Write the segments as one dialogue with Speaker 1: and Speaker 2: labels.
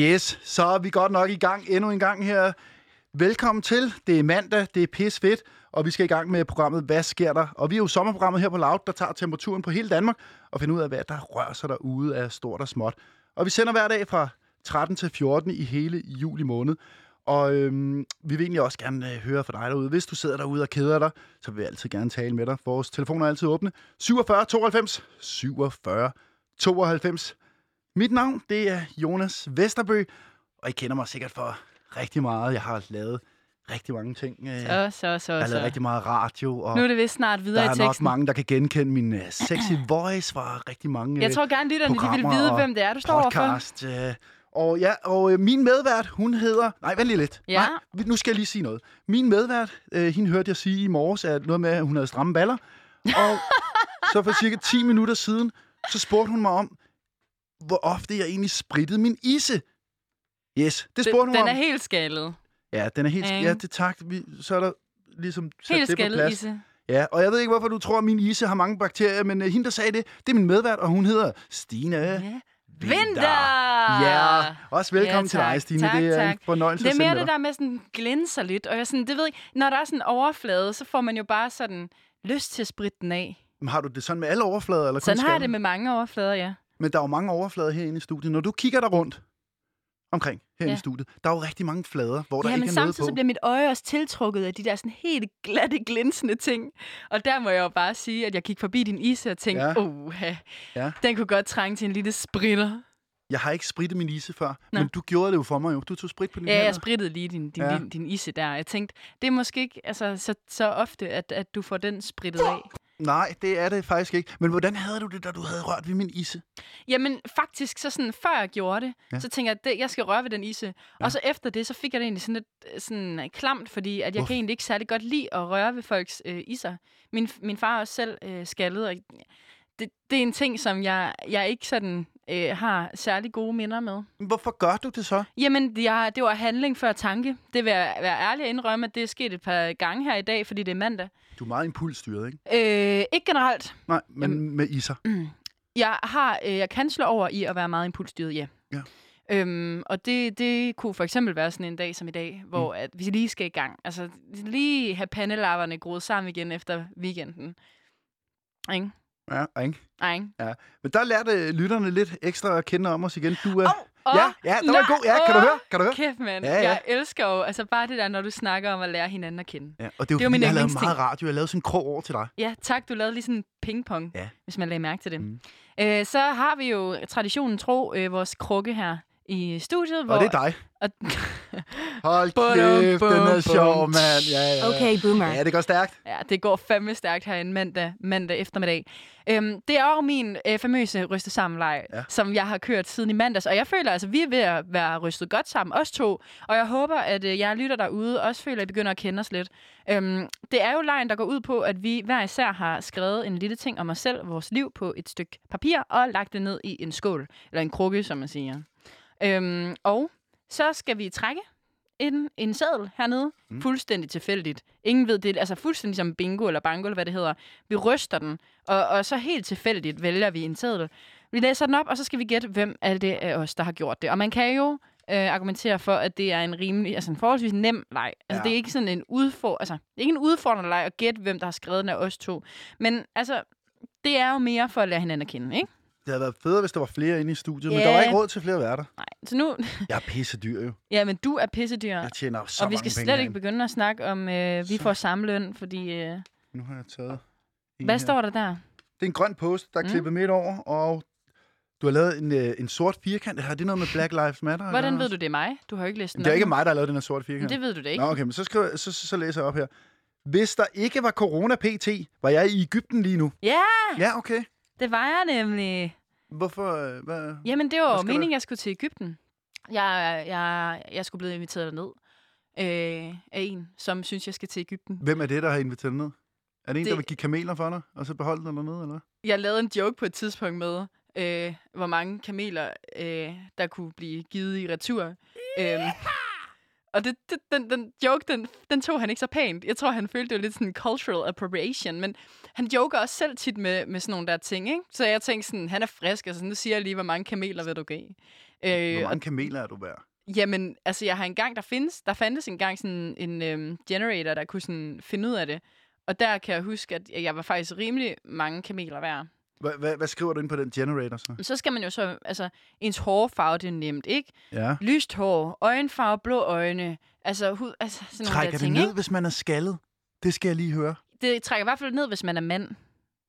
Speaker 1: Yes, så er vi godt nok i gang endnu en gang her. Velkommen til. Det er mandag, det er pis fedt, og vi skal i gang med programmet Hvad sker der? Og vi er jo sommerprogrammet her på Loud, der tager temperaturen på hele Danmark og finder ud af, hvad der rører sig derude af stort og småt. Og vi sender hver dag fra 13 til 14 i hele juli måned. Og øhm, vi vil egentlig også gerne øh, høre fra dig derude. Hvis du sidder derude og keder dig, så vil vi altid gerne tale med dig. Vores telefoner er altid åbne. 47 92 47 92. Mit navn, det er Jonas Vesterbø, og I kender mig sikkert for rigtig meget. Jeg har lavet rigtig mange ting. Øh, jeg
Speaker 2: Så, så, så,
Speaker 1: har lavet
Speaker 2: så.
Speaker 1: rigtig meget radio, og
Speaker 2: Nu er det vist snart
Speaker 1: der
Speaker 2: videre i
Speaker 1: er nok
Speaker 2: teksten.
Speaker 1: mange, der kan genkende min øh, sexy voice fra rigtig mange øh,
Speaker 2: Jeg tror gerne, lytterne de vil
Speaker 1: programmer
Speaker 2: vide,
Speaker 1: og
Speaker 2: hvem det er, du står overfor.
Speaker 1: podcast. Øh, og ja, og øh, min medvært, hun hedder... Nej, vent lige lidt.
Speaker 2: Ja.
Speaker 1: Nej, vi- nu skal jeg lige sige noget. Min medvært, øh, hende hørte jeg sige i morges, at noget med, at hun havde stramme baller. Og så for cirka 10 minutter siden, så spurgte hun mig om, hvor ofte jeg egentlig sprittede min isse. Yes, det spurgte hun
Speaker 2: Den
Speaker 1: om.
Speaker 2: er helt skaldet.
Speaker 1: Ja, den er helt...
Speaker 2: Ikke?
Speaker 1: Ja, det tak. Vi, så er der ligesom sat
Speaker 2: Helt
Speaker 1: det på
Speaker 2: skaldet,
Speaker 1: plads.
Speaker 2: Isse.
Speaker 1: Ja, og jeg ved ikke, hvorfor du tror, at min isse har mange bakterier, men øh, hende, der sagde det, det er min medvært, og hun hedder Stine.
Speaker 2: Ja. Vinter!
Speaker 1: Ja, også velkommen
Speaker 2: Ah, Ja,
Speaker 1: til dig,
Speaker 2: tak.
Speaker 1: Stine.
Speaker 2: Tak,
Speaker 1: det er en
Speaker 2: tak.
Speaker 1: fornøjelse
Speaker 2: Det er mere
Speaker 1: at
Speaker 2: det
Speaker 1: sende
Speaker 2: der med, sådan glinser lidt. Og jeg sådan, det ved jeg, ikke, når der er sådan en overflade, så får man jo bare sådan lyst til at spritte den af.
Speaker 1: dig. Har du det sådan med alle overflader? Eller
Speaker 2: Sådan
Speaker 1: kun
Speaker 2: har jeg det
Speaker 1: skallen?
Speaker 2: med mange overflader, ja.
Speaker 1: Men der er jo mange overflader herinde i studiet. Når du kigger dig rundt omkring herinde ja. i
Speaker 2: Ja.
Speaker 1: studiet, der er jo rigtig mange flader, hvor der
Speaker 2: ja, men
Speaker 1: ikke er noget på.
Speaker 2: samtidig så bliver mit øje også tiltrukket af de der sådan helt glatte, glinsende ting. Og der må jeg jo bare sige, at jeg gik forbi din ise og tænkte,
Speaker 1: Ja.
Speaker 2: ja. oha,
Speaker 1: Ja.
Speaker 2: ja. den kunne godt trænge til en lille spritter.
Speaker 1: Jeg har ikke sprittet min isse før,
Speaker 2: Nå.
Speaker 1: men du gjorde det jo for mig jo. Du tog sprit på din
Speaker 2: Ja,
Speaker 1: hænder.
Speaker 2: jeg sprittede lige din, din,
Speaker 1: Ja.
Speaker 2: ja. din, din isse der. Jeg tænkte, det er måske ikke altså, så, så ofte, at, at du får den sprittet af.
Speaker 1: Nej, det er det faktisk ikke. Men hvordan havde du det, da du havde rørt ved min isse?
Speaker 2: Jamen faktisk, så sådan, før jeg gjorde det,
Speaker 1: Ja.
Speaker 2: ja. så tænkte jeg, at det, jeg skal røre ved den ise. Ja. Og så efter det, så fik jeg det egentlig sådan lidt øh, sådan, øh, klamt, fordi at jeg
Speaker 1: Hvorfor?
Speaker 2: kan egentlig ikke særlig godt lide at røre ved folks øh, iser. Min, min far er også selv øh, skaldet, og det, det er en ting, som jeg, jeg ikke sådan øh, har særlig gode minder med.
Speaker 1: Hvorfor gør du det så?
Speaker 2: Jamen, jeg, det var handling før tanke. Det vil jeg være ærlig at indrømme, at det er sket et par gange her i dag, fordi det er mandag.
Speaker 1: Du er meget impulsstyret, ikke?
Speaker 2: Øh, ikke generelt.
Speaker 1: Nej, men Jamen. med isser.
Speaker 2: Mm. Jeg, har, øh, jeg kan slå over i at være meget impulsstyret, ja.
Speaker 1: Ja.
Speaker 2: Øhm, og det, det kunne for eksempel være sådan en dag som i dag, hvor
Speaker 1: Mm.
Speaker 2: at vi lige skal i gang. Altså lige have pandelapperne groet sammen igen efter weekenden. Ikke?
Speaker 1: Ja, ikke?
Speaker 2: Ej, ikke?
Speaker 1: Ja. Men der lærte lytterne lidt ekstra at kende om os igen. Du er...
Speaker 2: Åh,
Speaker 1: Øh, ja, ja, der var en
Speaker 2: nå,
Speaker 1: god. Ja, kan du
Speaker 2: åh,
Speaker 1: høre? Kan du høre?
Speaker 2: Kæft, mand.
Speaker 1: Ja,
Speaker 2: Ja,
Speaker 1: ja.
Speaker 2: ja. Jeg elsker jo altså bare det der, når du snakker om at lære hinanden at kende.
Speaker 1: Ja, og det er jo,
Speaker 2: Det er
Speaker 1: det
Speaker 2: jo
Speaker 1: fordi,
Speaker 2: min
Speaker 1: jeg har lavet
Speaker 2: yndlingsting.
Speaker 1: meget radio. Jeg lavede sådan en krog over til dig.
Speaker 2: Ja, tak. Du lavede lige sådan en pingpong,
Speaker 1: Ja.
Speaker 2: ja. hvis man lagde mærke til det.
Speaker 1: Mm.
Speaker 2: Mm. Øh, så har vi jo traditionen tro øh, vores krukke her i studiet. Hvor,
Speaker 1: Og det er dig.
Speaker 2: Og,
Speaker 1: Hold
Speaker 2: Bum,
Speaker 1: kæft,
Speaker 2: bum,
Speaker 1: den er
Speaker 2: bum.
Speaker 1: sjov, mand. Ja, ja, ja.
Speaker 3: Okay, boomer.
Speaker 1: Ja, det går stærkt.
Speaker 2: Ja, det går fandme stærkt her en mandag, mandag eftermiddag. Øhm, det er jo min øh, famøse ryste sammenleg,
Speaker 1: Ja.
Speaker 2: ja. som jeg har kørt siden i mandags. Og jeg føler, altså, vi er ved at være rystet godt sammen, os to. Og jeg håber, at øh, jeg lytter derude også føler, at I begynder at kende os lidt. Øhm, det er jo lejen, der går ud på, at vi hver især har skrevet en lille ting om os selv, vores liv, på et stykke papir og lagt det ned i en skål. Eller en krukke, som man siger. Øhm, og så skal vi trække en, en seddel hernede. Mm. Fuldstændig tilfældigt. Ingen ved det. Altså fuldstændig som bingo eller bango, eller hvad det hedder. Vi ryster den, og, og så helt tilfældigt vælger vi en seddel. Vi læser den op, og så skal vi gætte, hvem af det af os, der har gjort det. Og man kan jo øh, argumentere for, at det er en rimelig, altså en forholdsvis nem leg. Altså
Speaker 1: Ja.
Speaker 2: ja. det er ikke sådan en udfor, altså det er ikke en udfordrende leg at gætte, hvem der har skrevet den af os to. Men altså, det er jo mere for at lære hinanden at kende, ikke?
Speaker 1: Det havde været federe, hvis der var flere inde i studiet, men
Speaker 2: Ja.
Speaker 1: der var ikke råd til flere værter.
Speaker 2: Nej. Så nu,
Speaker 1: Jeg er pisse dyr jo.
Speaker 2: ja, men du er pissedyr.
Speaker 1: Jeg tjener jo så
Speaker 2: og vi skal
Speaker 1: mange
Speaker 2: slet
Speaker 1: penge
Speaker 2: ikke begynde at snakke om, øh, vi
Speaker 1: Så-
Speaker 2: får samme løn, fordi... Øh,
Speaker 1: herinde. Nu har jeg taget... en
Speaker 2: hvad
Speaker 1: her.
Speaker 2: står der der?
Speaker 1: Det er en grøn post, der er
Speaker 2: Mm.
Speaker 1: klippet midt over, og du har lavet en, øh, en sort firkant. Har det noget med Black Lives Matter?
Speaker 2: Hvordan ved du, det er mig? Du har jo ikke læst den
Speaker 1: Det er
Speaker 2: op
Speaker 1: ikke
Speaker 2: nu.
Speaker 1: mig, der har lavet den her sorte
Speaker 2: Men
Speaker 1: firkant.
Speaker 2: det ved du det ikke.
Speaker 1: Nå, okay, men så, skriver, så, så, så læser jeg op her. Hvis der ikke var corona-PT, var jeg i Ægypten lige nu.
Speaker 2: Ja,
Speaker 1: Ja, okay.
Speaker 2: det var jeg nemlig.
Speaker 1: Hvorfor? øh, Hvad?
Speaker 2: Jamen, det var
Speaker 1: Hvad
Speaker 2: jo
Speaker 1: skal
Speaker 2: meningen, jeg skulle til Ægypten. Jeg, jeg, jeg skulle blive inviteret derned øh, af en, som synes, jeg skal til Ægypten.
Speaker 1: Hvem er det, der har inviteret dig ned? Er det en, det...
Speaker 2: Det-
Speaker 1: der vil give kameler for dig, og så beholde den dernede, eller hvad?
Speaker 2: Jeg lavede en joke på et tidspunkt med, øh, hvor mange kameler, øh, der kunne blive givet i retur. Øhm, og det, det, den, den joke, den, den tog han ikke så pænt. Jeg tror, han følte, det var lidt sådan cultural appropriation, men han joker også selv tit med, med sådan nogle der ting, ikke? Så jeg tænkte sådan, han er frisk, altså nu siger jeg lige, hvor mange kameler vil du give?
Speaker 1: Hvor
Speaker 2: Øh, og,
Speaker 1: mange kameler er du værd?
Speaker 2: jamen, altså, jeg har engang, der findes, der fandtes engang sådan en øhm, generator, der kunne sådan finde ud af det. Og der kan jeg huske, at jeg var faktisk rimelig mange kameler værd.
Speaker 1: Hva- hva- Hvad skriver du ind på den generator så?
Speaker 2: Men Så skal man jo så, altså, ens hårfarve, det er nemt, ikke?
Speaker 1: Ja.
Speaker 2: Lyst hår, øjenfarve, blå øjne, altså, hud, altså sådan nogle
Speaker 1: Trækker
Speaker 2: der
Speaker 1: det
Speaker 2: ting,
Speaker 1: ned,
Speaker 2: Ikke?
Speaker 1: hvis man er skaldet? Det skal jeg lige høre.
Speaker 2: Det trækker i hvert fald ned, hvis man er mand.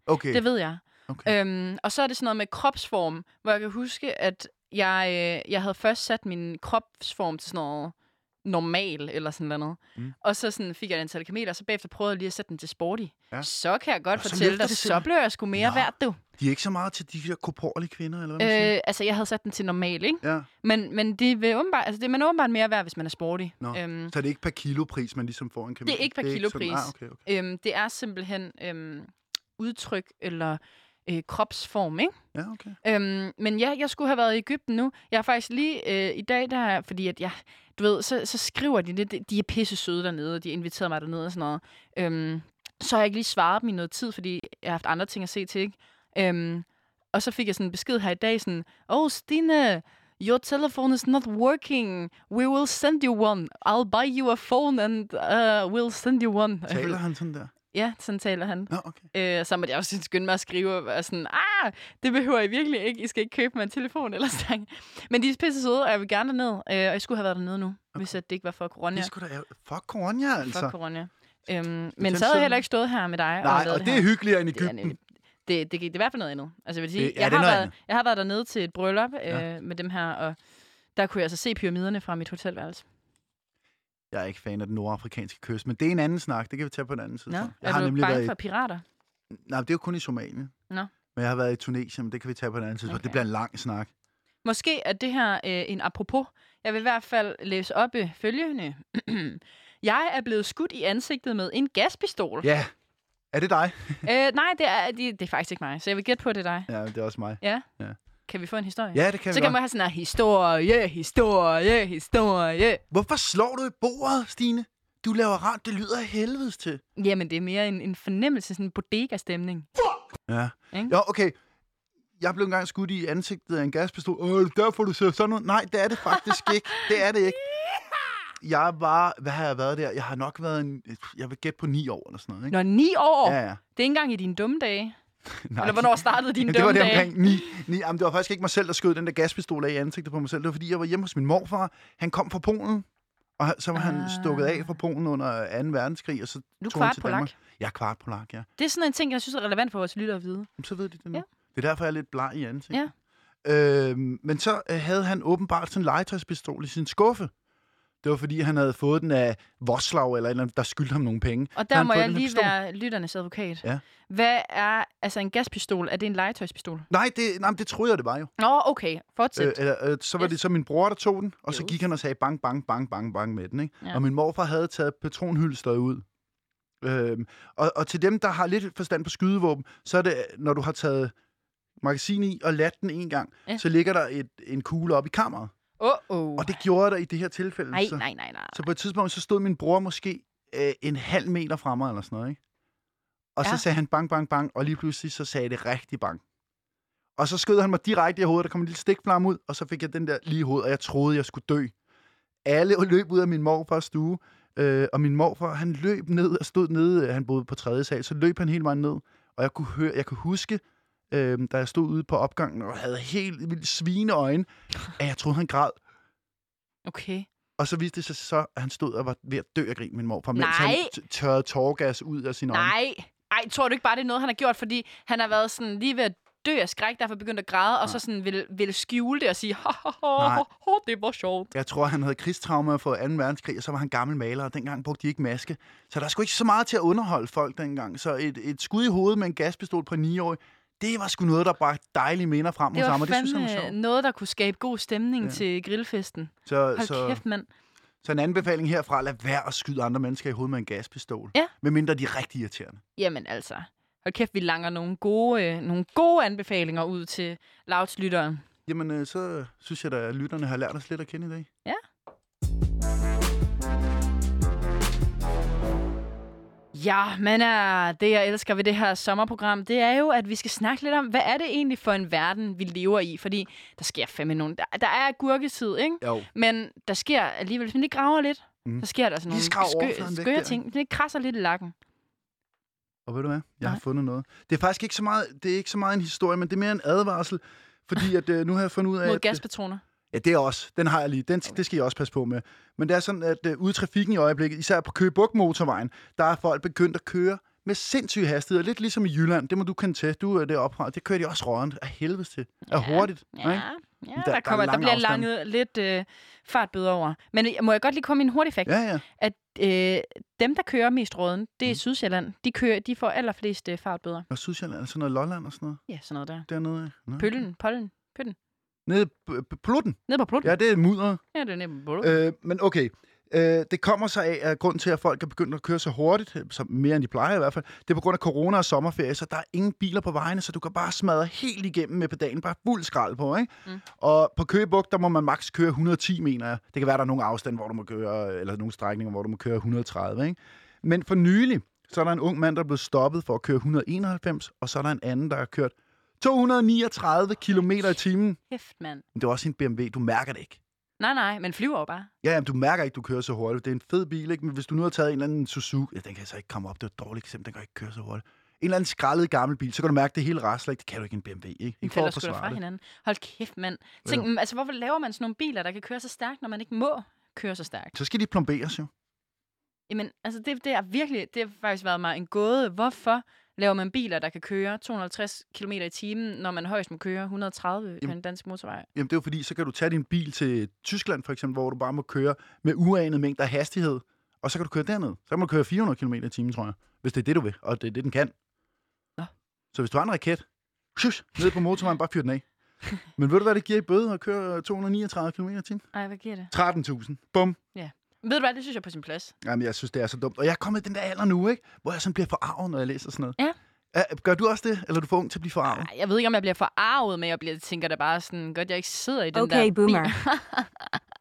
Speaker 1: Okay.
Speaker 2: Det ved jeg.
Speaker 1: okay.
Speaker 2: Øhm, og så er det sådan noget med kropsform, hvor jeg kan huske, at jeg, øh, jeg havde først sat min kropsform til sådan noget normal eller sådan noget.
Speaker 1: Mm.
Speaker 2: Mm. Og så sådan fik jeg den til kameler, og så bagefter prøvede jeg lige at sætte den til sporty.
Speaker 1: Ja.
Speaker 2: Ja. Så kan jeg godt
Speaker 1: Og så
Speaker 2: fortælle
Speaker 1: løfter
Speaker 2: dig,
Speaker 1: det
Speaker 2: så
Speaker 1: simpelthen.
Speaker 2: blev jeg sgu mere
Speaker 1: Nå.
Speaker 2: Nå. værd, du.
Speaker 1: De er ikke så meget til de her korporlige kvinder, eller hvad man siger?
Speaker 2: Øh, altså, jeg havde sat den til normal, ikke?
Speaker 1: Ja.
Speaker 2: Men, men det vil åbenbart, altså, det, man er åbenbart mere værd, hvis man er sporty.
Speaker 1: Nå.
Speaker 2: Øhm,
Speaker 1: Så det er ikke per kilopris, man ligesom får en kamel?
Speaker 2: Det er ikke per
Speaker 1: sådan-
Speaker 2: kilopris.
Speaker 1: ah, okay, okay.
Speaker 2: øhm, det er simpelthen øhm, udtryk eller øh, kropsform, ikke?
Speaker 1: Ja, okay.
Speaker 2: Øhm, men ja, jeg skulle have været i Ægypten nu. Jeg har faktisk lige øh, i dag, der, er- fordi at jeg, du ved, så, så skriver de lidt, de er pisse søde dernede, og de inviterede mig dernede og sådan noget. Øhm, så har jeg ikke lige svaret dem i noget tid, fordi jeg har haft andre ting at se til, ikke? Øhm, og så fik jeg sådan en besked her i dag, sådan, Oh, Stine, your telephone is not working. We will send you one. I'll buy you a phone and uh, we'll send you one.
Speaker 1: Taler han sådan der?
Speaker 2: Ja, sådan taler han.
Speaker 1: Nå, okay.
Speaker 2: Øh, så måtte jeg også skynde mig at skrive og være sådan, ah, det behøver I virkelig ikke. I skal ikke købe mig en telefon eller stang. Men de er pisse søde, og jeg vil gerne derned. Øh, og jeg skulle have været dernede nu, okay. hvis at det ikke var for corona.
Speaker 1: Det
Speaker 2: Det
Speaker 1: skulle da ærgerligt. Fuck corona, altså.
Speaker 2: altså. For corona. Øhm,
Speaker 1: tænder
Speaker 2: men så havde jeg
Speaker 1: siden.
Speaker 2: heller ikke stået her med dig.
Speaker 1: Nej,
Speaker 2: lavet
Speaker 1: og det er
Speaker 2: her.
Speaker 1: hyggeligere end
Speaker 2: Det er
Speaker 1: Ægypten.
Speaker 2: nemlig- det, det, det er i hvert fald noget andet. Altså, jeg, vil sige,
Speaker 1: Det- ja,
Speaker 2: jeg,
Speaker 1: det er
Speaker 2: har
Speaker 1: noget
Speaker 2: været,
Speaker 1: andet.
Speaker 2: jeg har været dernede til et bryllup øh,
Speaker 1: Ja.
Speaker 2: med dem her, og der kunne jeg altså se pyramiderne fra mit hotelværelse.
Speaker 1: Jeg er ikke fan af den nordafrikanske kyst, men det er en anden snak. Det kan vi tage på en anden tid.
Speaker 2: Nå,
Speaker 1: tror jeg. jeg
Speaker 2: er du bange
Speaker 1: været i-
Speaker 2: for pirater?
Speaker 1: Nej, det er jo kun i Somalia.
Speaker 2: Nå.
Speaker 1: Men jeg har været i Tunesien, men det kan vi tage på en anden tidspunkt. Okay. Det
Speaker 2: Okay.
Speaker 1: bliver en lang snak.
Speaker 2: Måske er det her øh, en apropos. Jeg vil i hvert fald læse op øh, følgende. jeg er blevet skudt i ansigtet med en gaspistol.
Speaker 1: Ja. Er det dig?
Speaker 2: øh, nej, det er, det, det er faktisk ikke mig, så jeg vil gætte på, at det er dig.
Speaker 1: Ja, det er også mig.
Speaker 2: Kan vi få en historie?
Speaker 1: Ja, det kan
Speaker 2: så
Speaker 1: vi
Speaker 2: kan
Speaker 1: godt.
Speaker 2: man have sådan en "Ah, historie, historie, historie.
Speaker 1: Hvorfor slår du i bordet, Stine? Du laver rart. Det lyder af helvedes til.
Speaker 2: Jamen, det er mere en, en fornemmelse, sådan en bodega-stemning.
Speaker 1: Ja.
Speaker 2: Ikke?
Speaker 1: Jo, okay. Jeg blev engang skudt i ansigtet af en gaspistol. Øh, det er derfor du ser sådan ud. Nej, det er det faktisk ikke. Det er det ikke. Jeg var, hvad har jeg været der? Jeg har nok været en, jeg vil gætte på ni år eller sådan noget, ikke?
Speaker 2: Når ni år,
Speaker 1: Ja,
Speaker 2: ja.
Speaker 1: ja.
Speaker 2: det er ikke engang i dine dumme dage.
Speaker 1: Nej.
Speaker 2: Eller hvornår startede dine
Speaker 1: Jamen, det var det
Speaker 2: dumme dage?
Speaker 1: omkring 9. 9. Jamen, det var faktisk ikke mig selv, der skød den der gaspistol af i ansigtet på mig selv. Det var, fordi jeg var hjemme hos min morfar. Han kom fra Polen, og han- så var ah. han
Speaker 2: Ah.
Speaker 1: stukket af fra Polen under 2. verdenskrig, og så
Speaker 2: Du er
Speaker 1: tog han
Speaker 2: kvart
Speaker 1: til
Speaker 2: polak.
Speaker 1: Danmark. Jeg er kvart polak, ja.
Speaker 2: Det er sådan en ting, jeg synes er relevant for vores lyttere at vide.
Speaker 1: Jamen, så ved de det nu. Ja.
Speaker 2: Ja.
Speaker 1: Det er derfor, jeg er lidt bleg i ansigtet. Ja. Øhm, men så øh, havde han åbenbart sådan en legetøjspistol i sin skuffe. Det var, fordi han havde fået den af Voslav, eller, et eller andet, der skyldte ham nogle penge.
Speaker 2: Og
Speaker 1: Så
Speaker 2: der
Speaker 1: han
Speaker 2: må
Speaker 1: fået
Speaker 2: jeg
Speaker 1: den her
Speaker 2: lige
Speaker 1: pistol.
Speaker 2: være lytternes advokat.
Speaker 1: Ja.
Speaker 2: Hvad er altså en gaspistol? Er det en legetøjspistol?
Speaker 1: Nej, det, nej, men det troede jeg, det var jo.
Speaker 2: Nå, okay. Fortsæt.
Speaker 1: Øh,
Speaker 2: Øh,
Speaker 1: eller, øh, så var
Speaker 2: Yes.
Speaker 1: det så min bror, der tog den, og så
Speaker 2: Yes.
Speaker 1: gik han og sagde bang, bang, bang, bang, bang med den. Ikke? Ja.
Speaker 2: Ja.
Speaker 1: Og min morfar havde taget patronhylsteret ud. Øhm, og, og til dem, der har lidt forstand på skydevåben, så er det, når du har taget magasin i og ladt den en gang, ja.
Speaker 2: Ja.
Speaker 1: så ligger der et, en kugle op i kammeret.
Speaker 2: oh, oh.
Speaker 1: Og det gjorde der i det her tilfælde.
Speaker 2: Nej,
Speaker 1: så,
Speaker 2: nej, nej, nej.
Speaker 1: så på et tidspunkt, så stod min bror måske øh, en halv meter fra mig eller sådan noget. Ikke? Og ja.
Speaker 2: Ja.
Speaker 1: så sagde han bang, bang, bang, og lige pludselig så sagde det rigtig bang. Og så skød han mig direkte i hovedet, der kom en lille stikflamme ud, og så fik jeg den der lige i hovedet, og jeg troede, jeg skulle dø. Alle løb ud af min morfars stue, øh, og min morfar, han løb ned og stod nede, øh, han boede på tredje sal, så løb han hele vejen ned, og jeg kunne, høre, jeg kunne huske, øh, da jeg stod ude på opgangen og havde helt vildt svine øjne, at jeg troede, han græd.
Speaker 2: Okay.
Speaker 1: Og så viste det sig så, at han stod og var ved at dø af grin, min morfar, mens
Speaker 2: Nej.
Speaker 1: han t- tørrede tårgas ud af sin øjne.
Speaker 2: Nej. Ej, tror du ikke bare, det er noget, han har gjort, fordi han har været sådan lige ved at dø af skræk, derfor begyndt at græde, og så sådan ville, ville skjule det og sige, ho, ho,
Speaker 1: Nej.
Speaker 2: ho, ho, det var sjovt.
Speaker 1: Jeg tror, han havde krigstraumer fra 2. verdenskrig, og så var han gammel maler, og dengang brugte de ikke maske. Så der skulle ikke så meget til at underholde folk dengang. Så et, et skud i hovedet med en gaspistol på 9 år, det var sgu noget, der bragte dejlige minder frem
Speaker 2: Det
Speaker 1: hos ham,
Speaker 2: var
Speaker 1: og det synes han var
Speaker 2: fandme
Speaker 1: sjovt.
Speaker 2: noget, der kunne skabe god stemning
Speaker 1: Ja.
Speaker 2: ja. til grillfesten.
Speaker 1: Så,
Speaker 2: Hold
Speaker 1: så,
Speaker 2: kæft, mand.
Speaker 1: så en anbefaling herfra, lad være at skyde andre mennesker i hovedet med en gaspistol.
Speaker 2: Ja.
Speaker 1: Medmindre de er rigtig irriterende.
Speaker 2: Jamen altså, hold kæft, vi langer nogle gode, øh, nogle gode anbefalinger ud til lavtslytteren.
Speaker 1: Jamen, øh, så synes jeg da, at lytterne har lært os lidt at kende i dag.
Speaker 2: Ja, men uh, det, jeg elsker ved det her sommerprogram, det er jo, at vi skal snakke lidt om, hvad er det egentlig for en verden, vi lever i? Fordi der sker fandme nogle... Der, der er gurketid, ikke?
Speaker 1: Jo.
Speaker 2: Men der sker alligevel, hvis man lige graver lidt,
Speaker 1: Mm.
Speaker 2: mm. så sker der sådan
Speaker 1: Lige
Speaker 2: nogle
Speaker 1: skrav overfladen væk
Speaker 2: skøre
Speaker 1: der,
Speaker 2: ting. Det krasser lidt i lakken.
Speaker 1: Og ved du hvad? Jeg har
Speaker 2: Nej.
Speaker 1: fundet noget. Det er faktisk ikke så meget, det er ikke så meget en historie, men det er mere en advarsel. Fordi at, øh, nu har jeg fundet ud af... at,
Speaker 2: Mod
Speaker 1: øh,
Speaker 2: gaspatroner.
Speaker 1: Ja, det er også. Den har jeg lige. Den, Det skal jeg også passe på med. Men det er sådan, at øh, ude i trafikken i øjeblikket, især på Køge Bugt motorvejen, der er folk begyndt at køre med sindssyge hastigheder. Lidt ligesom i Jylland. Det må du kende til. Du er deroppe fra. Det kører de også rådent. Af helvede til. Af
Speaker 2: Ja.
Speaker 1: hurtigt.
Speaker 2: Ja,
Speaker 1: ikke?
Speaker 2: ja
Speaker 1: der-
Speaker 2: der,
Speaker 1: der er
Speaker 2: der, kommer, der,
Speaker 1: lang
Speaker 2: bliver
Speaker 1: afstand.
Speaker 2: langet lidt øh, fartbøde over. Men øh, må jeg godt lige komme med en hurtig fakt?
Speaker 1: Ja, Mm. ja.
Speaker 2: At øh, dem, der kører mest råden, det er Sydsjælland. De, kører, de får allerflest øh, fartbøder.
Speaker 1: Og Sydsjælland og sådan noget Lolland og sådan noget.
Speaker 2: Ja, sådan noget der.
Speaker 1: Dernede. Nå.
Speaker 2: Pøllen, pollen, pøtten.
Speaker 1: Nede p- p- plutten.
Speaker 2: Ned på plutten.
Speaker 1: Ja, det er mudder.
Speaker 2: Ja, det er nemt. Bro.
Speaker 1: Øh, men okay. Øh, det kommer sig af, at grunden til, at folk er begyndt at køre så hurtigt, øh, som mere end de plejer i hvert fald, det er på grund af corona og sommerferie, så der er ingen biler på vejene, så du kan bare smadre helt igennem med pedalen, bare fuld skrald på, ikke? Mm.
Speaker 2: Mm.
Speaker 1: Og på Køgebugt, der må man maks køre 110, mener jeg. Det kan være, der er nogle afstande, hvor du må køre, eller nogle strækninger, hvor du må køre 130, ikke? Men for nylig, så er der en ung mand, der er blevet stoppet for at køre 191, og så er der en anden, der har kørt 239 km i timen.
Speaker 2: Kæft, mand.
Speaker 1: Men det er også en BMW, du mærker det ikke.
Speaker 2: Nej, nej, men flyver jo bare.
Speaker 1: Ja, jamen, du mærker ikke, du kører så hurtigt. Det er en fed bil, ikke? Men hvis du nu har taget en eller anden Suzuki... Ja, den kan altså ikke komme op. Det er et dårligt eksempel. Den kan ikke køre så hurtigt. En eller anden skrællet gammel bil, så kan du mærke, det hele rasler ikke. Det kan du ikke i en BMW, ikke?
Speaker 2: De
Speaker 1: Ikke for
Speaker 2: falder
Speaker 1: at
Speaker 2: sgu da fra
Speaker 1: forsvare det.
Speaker 2: hinanden. Hold kæft, mand. Tænk, mm, altså, hvorfor laver man sådan nogle biler, der kan køre så stærkt, når man ikke må køre så stærkt?
Speaker 1: Så skal de plomberes jo.
Speaker 2: Jamen, altså, det, det er virkelig, det har faktisk været mig en gåde. Hvorfor laver man biler, der kan køre 250 km i timen, når man højst må køre 130 på
Speaker 1: Jamen.
Speaker 2: en dansk motorvej?
Speaker 1: Jamen, det er jo fordi, så kan du tage din bil til Tyskland, for eksempel, hvor du bare må køre med uanet mængder af hastighed. Og så kan du køre derned. Så kan man køre 400 km i timen, tror jeg. Hvis det er det, du vil. Og det er det, den kan.
Speaker 2: Nå.
Speaker 1: Så hvis du har en raket, shush, ned på motorvejen, bare fyr den af. Men ved du, hvad det giver i bøde at køre 239 km i timen?
Speaker 2: Ej, hvad giver det?
Speaker 1: 13.000. Bum.
Speaker 2: Ved du hvad, det synes jeg er på sin plads.
Speaker 1: Jamen, jeg synes, det er så dumt. Og jeg er kommet i den der alder nu, ikke? Hvor jeg sådan bliver forarvet, når jeg læser sådan noget.
Speaker 2: Ja.
Speaker 1: Er- Gør du også det? Eller er du for ung til at blive forarvet?
Speaker 2: Ej, jeg ved ikke, om jeg bliver forarvet, men jeg bliver, tænker da bare sådan, godt, jeg ikke sidder i den der
Speaker 3: Okay,
Speaker 2: bil.
Speaker 3: boomer.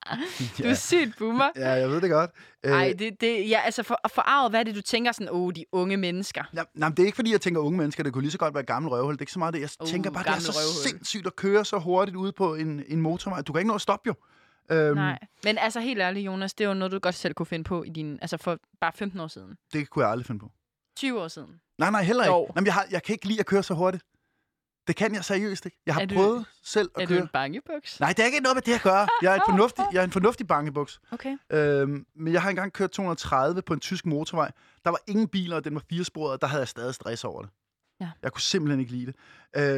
Speaker 2: Ah, Du er sygt boomer.
Speaker 1: ja, jeg ved det godt. Øh,
Speaker 2: Nej, det, det, ja, altså for, forarvet, hvad er det, du tænker sådan, åh, oh, de unge mennesker.
Speaker 1: Nej, nej, men det er ikke, fordi jeg tænker unge mennesker. Det kunne lige så godt være gamle røvhul. Det er ikke så meget det. Jeg
Speaker 2: Uh,
Speaker 1: tænker bare, det er
Speaker 2: gammel
Speaker 1: så
Speaker 2: røvhul.
Speaker 1: sindssygt at køre så hurtigt ude på en, en motorvej. Du kan ikke nå at stoppe jo. Øhm,
Speaker 2: Nej, men altså helt ærligt, Jonas, det er jo noget, du godt selv kunne finde på i din, altså for bare 15 år siden.
Speaker 1: Det kunne jeg aldrig finde på.
Speaker 2: 20 år siden.
Speaker 1: Nej, nej, heller ikke.
Speaker 2: Jo.
Speaker 1: Jamen, jeg, har, jeg kan ikke lide at køre så hurtigt. Det kan jeg seriøst ikke. Jeg har
Speaker 2: Er du-
Speaker 1: prøvet selv at
Speaker 2: er
Speaker 1: køre.
Speaker 2: du en bangebuks?
Speaker 1: Nej, det er ikke noget med det at gøre. Jeg er, et fornuftig, jeg er en fornuftig bankebuks.
Speaker 2: Okay.
Speaker 1: Øhm, men jeg har engang kørt 230 på en tysk motorvej. Der var ingen biler, og den var firesporet, og der havde jeg stadig stress over det.
Speaker 2: Ja.
Speaker 1: Jeg kunne simpelthen ikke lide det.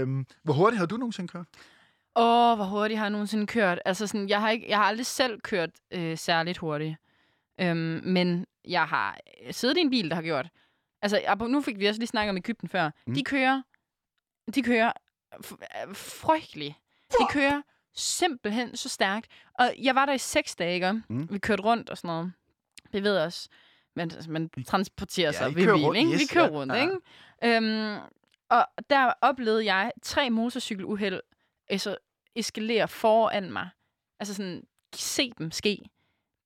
Speaker 1: Øhm, hvor hurtigt har du nogensinde kørt?
Speaker 2: Åh, hvor hurtigt har jeg nogensinde kørt. Altså sådan, jeg har, ikke, jeg har aldrig selv kørt øh, særligt hurtigt. Øhm, men jeg har øh, siddet i en bil, der har gjort. Altså, apro- nu fik vi også lige snakket om Ægypten før.
Speaker 1: Mm.
Speaker 2: Mm. De kører, de kører f- øh, frygteligt. De kører simpelthen så stærkt. Og jeg var der i seks dage, ikke?
Speaker 1: Mm.
Speaker 2: Mm. Vi kørte rundt og sådan noget. Vi ved også, man, altså, man transporterer sig
Speaker 1: I
Speaker 2: ved bil,
Speaker 1: kører rundt,
Speaker 2: ikke?
Speaker 1: yes,
Speaker 2: vi kører
Speaker 1: ja.
Speaker 2: rundt,
Speaker 1: Ja.
Speaker 2: ikke? Øhm, og der oplevede jeg tre motorcykeluheld altså, eskalere foran mig. Altså sådan, se dem ske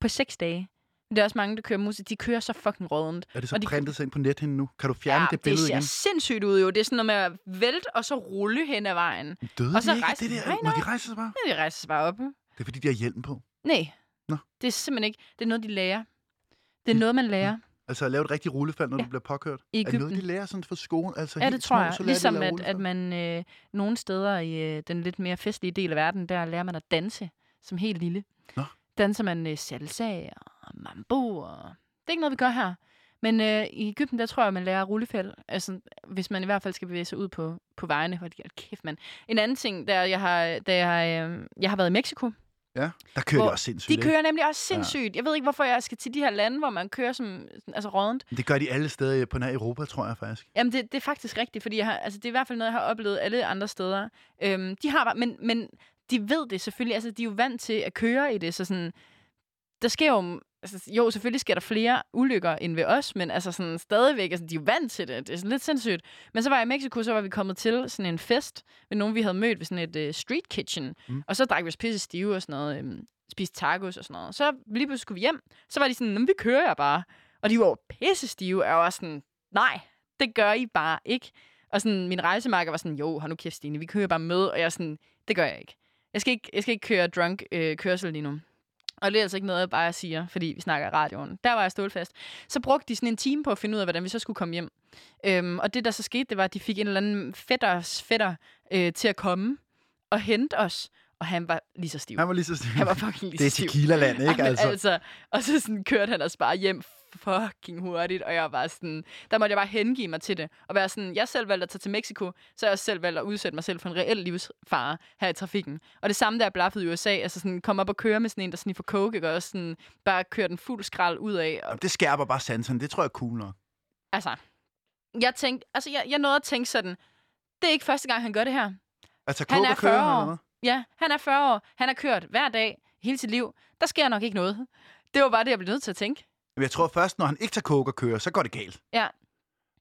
Speaker 2: på seks dage. Men der er også mange, der kører musik, de kører så fucking rådent.
Speaker 1: Er det så
Speaker 2: Og de-
Speaker 1: printet sig ind på net henne nu? Kan du fjerne det
Speaker 2: det
Speaker 1: billede
Speaker 2: ser
Speaker 1: igen?
Speaker 2: sindssygt ud jo. Det er sådan noget med at vælte og så rulle hen ad vejen.
Speaker 1: Døde
Speaker 2: og så
Speaker 1: de ikke af
Speaker 2: rejser-
Speaker 1: det der?
Speaker 2: Nej,
Speaker 1: Når de rejser sig bare?
Speaker 2: Ja, de rejser sig bare op.
Speaker 1: Det er fordi, de har hjelm på.
Speaker 2: Nej.
Speaker 1: Nå.
Speaker 2: Det er simpelthen ikke. Det er noget, de lærer. Det er noget, man lærer
Speaker 1: Altså at lave et rigtigt rullefald, når ja.
Speaker 2: Ja.
Speaker 1: du bliver påkørt.
Speaker 2: i
Speaker 1: Er det noget, de
Speaker 2: Ægypten.
Speaker 1: lærer sådan fra skolen? Altså
Speaker 2: Ja,
Speaker 1: helt
Speaker 2: det tror
Speaker 1: små,
Speaker 2: jeg.
Speaker 1: så lærer de
Speaker 2: Ligesom
Speaker 1: lave
Speaker 2: at,
Speaker 1: rullefald?
Speaker 2: at man øh, nogle steder i øh, den lidt mere festlige del af verden, der lærer man at danse som helt lille.
Speaker 1: Nå.
Speaker 2: Danser man øh, salsa og mambo. Og... Det er ikke noget, vi gør her. Men øh, i Ægypten, der tror jeg, man lærer rullefald. Altså, hvis man i hvert fald skal bevæge sig ud på, på vejene. Hvor de, kæft, mand. En anden ting, der jeg har, da jeg, har, øh, jeg har været i Mexico.
Speaker 1: Ja, der kører de
Speaker 2: Hvor
Speaker 1: også sindssygt.
Speaker 2: De
Speaker 1: ikke?
Speaker 2: kører nemlig også sindssygt. Jeg ved ikke, hvorfor jeg skal til de her lande, hvor man kører som altså rådent.
Speaker 1: Det gør de alle steder på den her Europa, tror jeg faktisk.
Speaker 2: Jamen, det, det er faktisk rigtigt, fordi jeg har, altså, det er i hvert fald noget, jeg har oplevet alle andre steder. Øhm, de har bare, men, men de ved det selvfølgelig. Altså, de er jo vant til at køre i det, så sådan, der sker jo, altså, jo, selvfølgelig sker der flere ulykker end ved os, men altså sådan stadigvæk, altså, de er jo vant til det. Det er sådan lidt sindssygt. Men så var jeg i Mexico, så var vi kommet til sådan en fest med nogen, vi havde mødt ved sådan et øh, street kitchen,
Speaker 1: Mm.
Speaker 2: mm. og så drak vi os pisse stive og sådan noget, øhm, spiste tacos og sådan noget. Så lige pludselig skulle vi hjem, så var de sådan, "Nå, men vi kører jer bare. Og de var jo pisse stive, og jeg var sådan, nej, det gør I bare ikke. Og sådan, min rejsemarker var sådan, jo, har nu kæft, Stine, vi kører bare med. Og jeg er sådan, det gør jeg ikke. Jeg skal ikke, jeg skal ikke køre drunk øh, kørsel lige nu. Og det er altså ikke noget, jeg bare siger, fordi vi snakker i radioen. Der var jeg stålfast. Så brugte de sådan en time på at finde ud af, hvordan vi så skulle komme hjem. Øhm, og det, der så skete, det var, at de fik en eller anden fætters fætter øh, til at komme og hente os. Og han var lige så stiv.
Speaker 1: Han var lige så stiv.
Speaker 2: Han var fucking lige
Speaker 1: det er
Speaker 2: stiv.
Speaker 1: tequila-land, ikke?
Speaker 2: Jamen,
Speaker 1: Altså.
Speaker 2: altså. Og så sådan kørte han os bare hjem fucking hurtigt, og jeg var sådan, der måtte jeg bare hengive mig til det, og være sådan, jeg selv valgte at tage til Mexico, så jeg også selv valgte at udsætte mig selv for en reel livsfare her i trafikken. Og det samme, der jeg blaffede i USA, altså sådan, kom op og køre med sådan en, der sniffer coke, ikke? og sådan, bare køre den fuld skrald ud af, og
Speaker 1: Jamen, det skærper bare sanserne. Det tror jeg er cool nok.
Speaker 2: altså, jeg tænkte, altså jeg, jeg nåede at tænke sådan, det er ikke første gang, han gør det her.
Speaker 1: Altså,
Speaker 2: Han
Speaker 1: coke
Speaker 2: er
Speaker 1: og køre,
Speaker 2: 40
Speaker 1: eller
Speaker 2: år.
Speaker 1: hvad?
Speaker 2: Ja, han er 40 år, han har kørt hver dag, hele sit liv, der sker nok ikke noget. Det var bare det, jeg blev nødt til at tænke.
Speaker 1: Jamen, Jeg tror først, når han ikke tager coke og kører, så går det galt.
Speaker 2: Ja.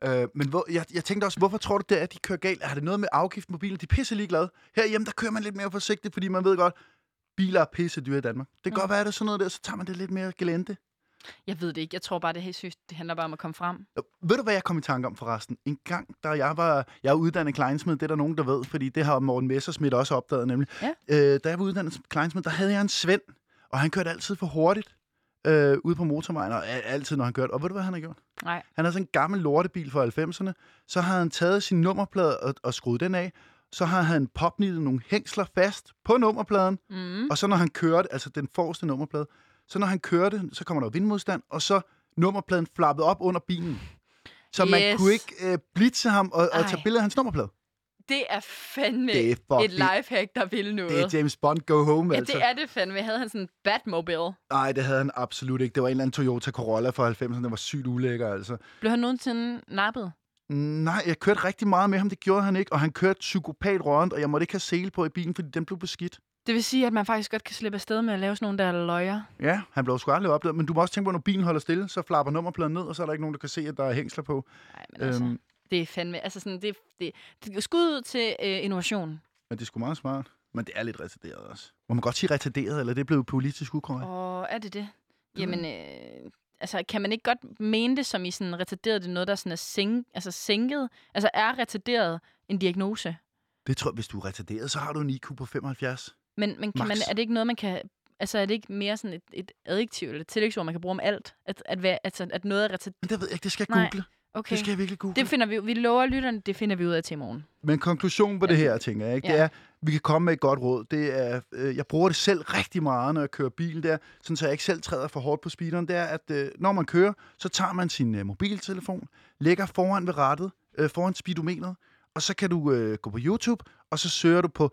Speaker 1: Øh, men hvor, jeg, jeg tænkte også, hvorfor tror du det er, at de kører galt? Har det noget med afgift på bilen? De er pisse ligeglade. Herhjemme, der kører man lidt mere forsigtigt, fordi man ved godt, biler er pisse dyre i Danmark. Det kan
Speaker 2: Mm.
Speaker 1: godt være, at det er sådan noget der, så tager man det lidt mere gelente.
Speaker 2: Jeg ved det ikke. Jeg tror bare, det er helt sygt. Det handler bare om at komme frem.
Speaker 1: Øh, Ved du, hvad jeg kom i tanke om forresten? En gang, da jeg var jeg er uddannet kleinsmed, det er der nogen, der ved, fordi det har Morten Messersmith også opdaget nemlig.
Speaker 2: Ja.
Speaker 1: Øh, da jeg var uddannet som kleinsmed, der havde jeg en Svend, og han kørte altid for hurtigt øh, ude på motorvejen, og al- altid, når han kørte. Og ved du, hvad han har gjort?
Speaker 2: Nej.
Speaker 1: Han havde sådan en gammel lortebil fra 90'erne. Så havde han taget sin nummerplade og, og skruet den af. Så har han popnittet nogle hængsler fast på nummerpladen.
Speaker 2: Mm.
Speaker 1: Og så når han kørte, altså den forreste nummerplade, så når han kørte, så kommer der jo vindmodstand, og så nummerpladen flappede op under bilen. Så yes. man
Speaker 2: Yes.
Speaker 1: kunne ikke øh, blitse ham og, og
Speaker 2: Ej.
Speaker 1: tage billeder af hans nummerplade.
Speaker 2: Det er fandme
Speaker 1: Det er
Speaker 2: det
Speaker 1: fucking-
Speaker 2: er et lifehack, der vil noget.
Speaker 1: Det er James Bond go home,
Speaker 2: ja,
Speaker 1: altså.
Speaker 2: det er det fandme. Havde han sådan en Batmobile?
Speaker 1: Nej, det havde han absolut ikke. Det var en eller anden Toyota Corolla fra 90'erne, der var sygt ulækker, altså.
Speaker 2: Blev han nogensinde nappet?
Speaker 1: Nej, jeg kørte rigtig meget med ham, det gjorde han ikke, og han kørte psykopat rundt, og jeg måtte ikke have sele på i bilen, fordi den blev beskidt.
Speaker 2: Det vil sige, at man faktisk godt kan slippe afsted med at lave sådan nogle der løjer.
Speaker 1: Ja, han blev sgu aldrig opdaget, men du må også tænke på, at når bilen holder stille, så flapper nummerpladen ned, og så er der ikke nogen, der kan se, at der er hængsler på.
Speaker 2: Nej, men altså,
Speaker 1: Øhm.
Speaker 2: øhm. det er fandme... Altså sådan, det, det, det skud ud til øh, innovation.
Speaker 1: Men det er sgu meget smart. Men det er lidt retarderet også. Må man godt sige retarderet, eller det blev politisk ukorrekt? Oh.
Speaker 2: Og er det det?
Speaker 1: ved
Speaker 2: Jamen, øh, altså, kan man ikke godt mene det som i sådan retarderet, det er noget, der sådan er sænk, altså, sænket? Altså, er retarderet en diagnose?
Speaker 1: Det tror jeg, hvis du er retarderet, så har du en IQ på 75.
Speaker 2: Men, men kan man,
Speaker 1: Max.
Speaker 2: er det ikke noget, man kan... Altså, er det ikke mere sådan et, et adjektiv eller et tillægsord, man kan bruge om alt? At, at, være, altså, at noget er retarderet?
Speaker 1: Men det ved jeg ikke, det skal jeg
Speaker 2: Nej,
Speaker 1: google. Nej,
Speaker 2: Okay.
Speaker 1: Det skal jeg virkelig google.
Speaker 2: Det finder vi, vi lover lytterne, det finder vi ud af til i morgen.
Speaker 1: Men konklusionen på det
Speaker 2: Ja.
Speaker 1: her, tænker jeg, ikke, det
Speaker 2: Ja.
Speaker 1: er, vi kan komme med et godt råd. Det er, øh, jeg bruger det selv rigtig meget, når jeg kører bil der, sådan så jeg ikke selv træder for hårdt på speederen. Det er, at øh, når man kører, så tager man sin øh, mobiltelefon, lægger foran ved rattet, øh, foran speedometeret, og så kan du øh, gå på YouTube, og så søger du på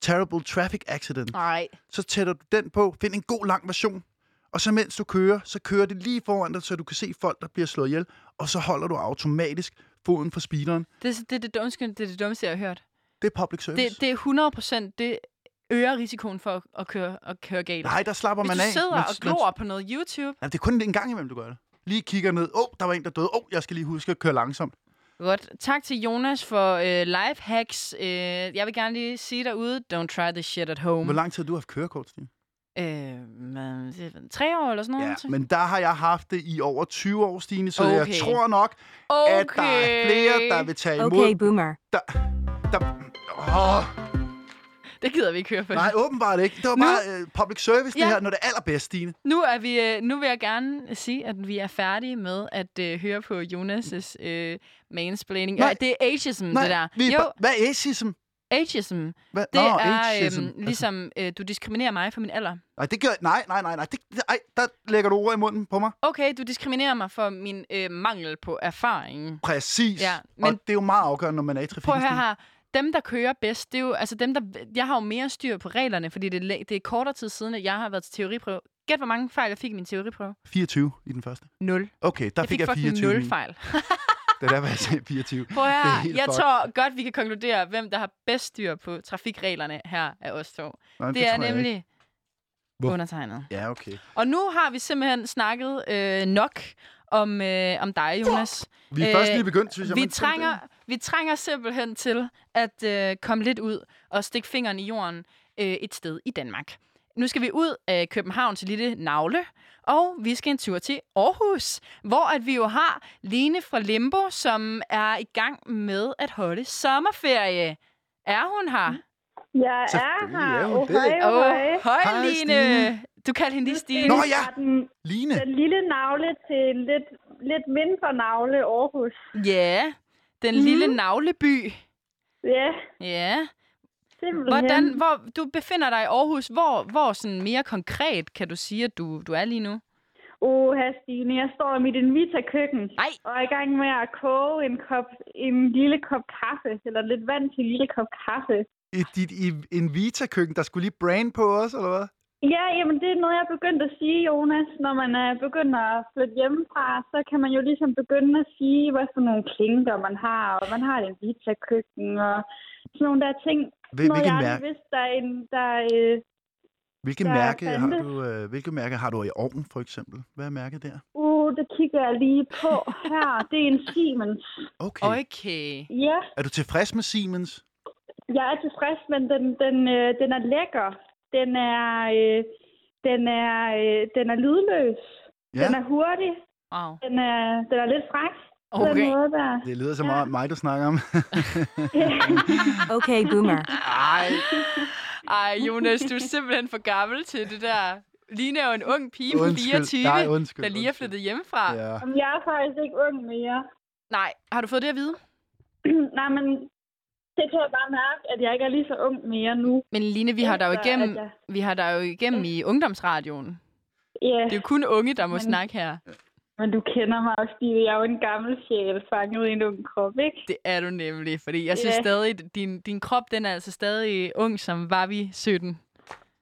Speaker 1: Terrible Traffic Accident.
Speaker 2: Nej.
Speaker 1: Så tætter du den på, find en god lang version, og så mens du kører, så kører det lige foran dig, så du kan se folk, der bliver slået ihjel, og så holder du automatisk foden fra speederen.
Speaker 2: Det, er- det, er det, dummeste, det er det dummeste, jeg har hørt.
Speaker 1: Det er public service.
Speaker 2: Det, det er 100% det øger risikoen for at, at, køre, at køre galt.
Speaker 1: Nej, der slapper
Speaker 2: Hvis
Speaker 1: man
Speaker 2: du
Speaker 1: af.
Speaker 2: sidder
Speaker 1: men-
Speaker 2: og
Speaker 1: men-
Speaker 2: glor på noget YouTube.
Speaker 1: Jamen, det er kun en gang imellem, du gør det. Lige kigger ned. Åh, oh, der var en, der døde. Åh, oh, jeg skal lige huske at køre langsomt.
Speaker 2: Mm. Godt. Tak til Jonas for øh, live hacks. Øh, jeg vil gerne lige sige derude, don't try this shit at home.
Speaker 1: Hvor lang tid har du haft kørekort, Stine?
Speaker 2: Øh, men, det er tre år eller sådan noget?
Speaker 1: Ja,
Speaker 2: så-
Speaker 1: men der har jeg haft det i over 20 år, Stine, så okay. jeg
Speaker 2: Okay.
Speaker 1: tror nok,
Speaker 2: okay.
Speaker 1: at der er flere, der vil tage imod.
Speaker 3: Okay, boomer.
Speaker 1: Der, der, åh,
Speaker 2: Det gider vi ikke høre på.
Speaker 1: nej, åbenbart ikke. Det var
Speaker 2: Nu-
Speaker 1: bare øh, public service, det
Speaker 2: Ja.
Speaker 1: her, når det er allerbedst, Stine.
Speaker 2: Nu, er vi, øh, nu vil jeg gerne sige, at vi er færdige med at øh, høre på Jonas' øh, mansplaining.
Speaker 1: Nej.
Speaker 2: Nej, det er ageism,
Speaker 1: Nej,
Speaker 2: det der.
Speaker 1: vi er
Speaker 2: jo,
Speaker 1: ba- hvad er ageism?
Speaker 2: ageism. Det
Speaker 1: Hvad?
Speaker 2: er
Speaker 1: ageism. Altså-
Speaker 2: øhm, ligesom, øh, du diskriminerer mig for min alder.
Speaker 1: Nej, det gør, nej, nej, nej, nej, det, det- ej, der lægger du ord i munden på mig.
Speaker 2: Okay, du diskriminerer mig for min øh, mangel på erfaring.
Speaker 1: Præcis.
Speaker 2: Ja,
Speaker 1: og
Speaker 2: men-
Speaker 1: det er jo meget afgørende, når man er i trafikken.
Speaker 2: Prøv at høre
Speaker 1: Stine.
Speaker 2: her. Dem, der kører bedst, det er jo, altså dem, der, jeg har jo mere styr på reglerne, fordi det, er læ- det er kortere tid siden, at jeg har været til teoriprøve. Gæt, hvor mange fejl jeg fik i min teoriprøve.
Speaker 1: 24 i den første.
Speaker 2: Nul.
Speaker 1: Okay, der
Speaker 2: Jeg fik,
Speaker 1: jeg
Speaker 2: fucking
Speaker 1: 24.
Speaker 2: nul fejl.
Speaker 1: Det er der, hvor jeg sagde 24.
Speaker 2: Prøv
Speaker 1: Det er
Speaker 2: her.
Speaker 1: helt
Speaker 2: Jeg
Speaker 1: fucked.
Speaker 2: tror godt, vi kan konkludere, hvem der har bedst styr på trafikreglerne her af os to.
Speaker 1: Nej,
Speaker 2: Det, det er
Speaker 1: tror jeg ikke.
Speaker 2: nemlig
Speaker 1: Hvor-
Speaker 2: undertegnet.
Speaker 1: Ja, okay.
Speaker 2: Og nu har vi simpelthen snakket øh, nok om, øh, om dig, Jonas.
Speaker 1: Vi er
Speaker 2: Øh,
Speaker 1: først lige begyndt, synes jeg.
Speaker 2: Vi
Speaker 1: men-
Speaker 2: trænger, vi trænger simpelthen til at øh, komme lidt ud og stikke fingeren i jorden øh, et sted i Danmark. Nu skal vi ud af Københavns lille navle, og vi skal en tur til Aarhus, hvor at vi jo har Line fra Limbo, som er i gang med at holde sommerferie. Er hun her?
Speaker 3: Jeg er
Speaker 1: Selvfølgelig
Speaker 3: her.
Speaker 1: er hun
Speaker 3: Oh,
Speaker 1: det.
Speaker 3: hej,
Speaker 2: Åh,
Speaker 3: oh, hej.
Speaker 2: hej
Speaker 1: Hej,
Speaker 2: Line!
Speaker 1: Stine.
Speaker 2: Du kaldte hende lige Stine.
Speaker 1: Nå ja!
Speaker 3: Fra Den,
Speaker 1: Line,
Speaker 3: den lille navle til lidt, lidt mindre navle Aarhus.
Speaker 2: Ja, den
Speaker 3: Mhm.
Speaker 2: lille navleby.
Speaker 3: Ja,
Speaker 2: Ja.
Speaker 3: simpelthen.
Speaker 2: Hvordan, hvor, du befinder dig i Aarhus. Hvor, hvor sådan mere konkret kan du sige, at du, du er lige nu?
Speaker 3: Åh, her Stine, jeg står i mit Invita-køkken.
Speaker 2: Nej.
Speaker 3: Og er i gang med at koge en, kop, en lille kop kaffe, eller lidt vand til en lille kop kaffe.
Speaker 1: i dit i- Invita-køkken, der skulle lige brand på os, eller hvad?
Speaker 3: Ja, jamen det er noget, jeg er begyndt at sige, Jonas. Når man er begyndt at flytte hjemmefra, så kan man jo ligesom begynde at sige, hvad for nogle klinker man har, og man har et Invita-køkken, og sådan nogle der ting.
Speaker 1: Hvil,
Speaker 3: noget,
Speaker 1: hvilken
Speaker 3: jeg aldrig
Speaker 1: mærke,
Speaker 3: vidste, der er en, der øh,
Speaker 1: hvilken
Speaker 3: der
Speaker 1: mærke har
Speaker 3: fandtes.
Speaker 1: du, øh, hvilket mærke har du i ovnen, for eksempel? Hvad er mærket der?
Speaker 3: uh, det kigger jeg lige på her. Det er en Siemens.
Speaker 1: Okay.
Speaker 2: Okay.
Speaker 3: Ja,
Speaker 1: Er du tilfreds med Siemens?
Speaker 3: jeg er tilfreds, men den, den, øh, den er lækker. Den er, øh, den er, øh, den er lydløs.
Speaker 1: Ja,
Speaker 3: Den er hurtig.
Speaker 2: Wow.
Speaker 3: Den er, den er lidt fræk. På den
Speaker 2: Okay.
Speaker 3: måde, der.
Speaker 1: det lyder så
Speaker 3: Ja.
Speaker 1: meget mig, du snakker om.
Speaker 4: Okay, boomer.
Speaker 1: Ej,
Speaker 2: Ej, Jonas, du er simpelthen for gammel til det der. Line er jo en ung pige på
Speaker 1: undskyld.
Speaker 2: 24,
Speaker 1: Nej, undskyld.
Speaker 2: der lige er
Speaker 1: undskyld.
Speaker 2: flyttet hjemmefra.
Speaker 1: Ja.
Speaker 3: Jamen, Jeg er faktisk ikke ung mere.
Speaker 2: Nej, har du fået det at vide?
Speaker 3: Nej, men det kan jeg bare mærke, at jeg ikke er lige så ung mere nu.
Speaker 2: Men Line, vi har dig jo
Speaker 3: Efter,
Speaker 2: igennem,
Speaker 3: altså, at jeg-
Speaker 2: vi har dig jo igennem i ungdomsradioen.
Speaker 3: Ja,
Speaker 2: Det er jo kun unge, der må
Speaker 3: Men-
Speaker 2: snakke her.
Speaker 3: men du kender mig også, Stine. Jeg er jo en gammel sjæl fanget i en ung krop, ikke?
Speaker 2: Det er du nemlig, fordi jeg synes
Speaker 3: Ja.
Speaker 2: stadig, din, din krop den er altså stadig ung, som var vi 17.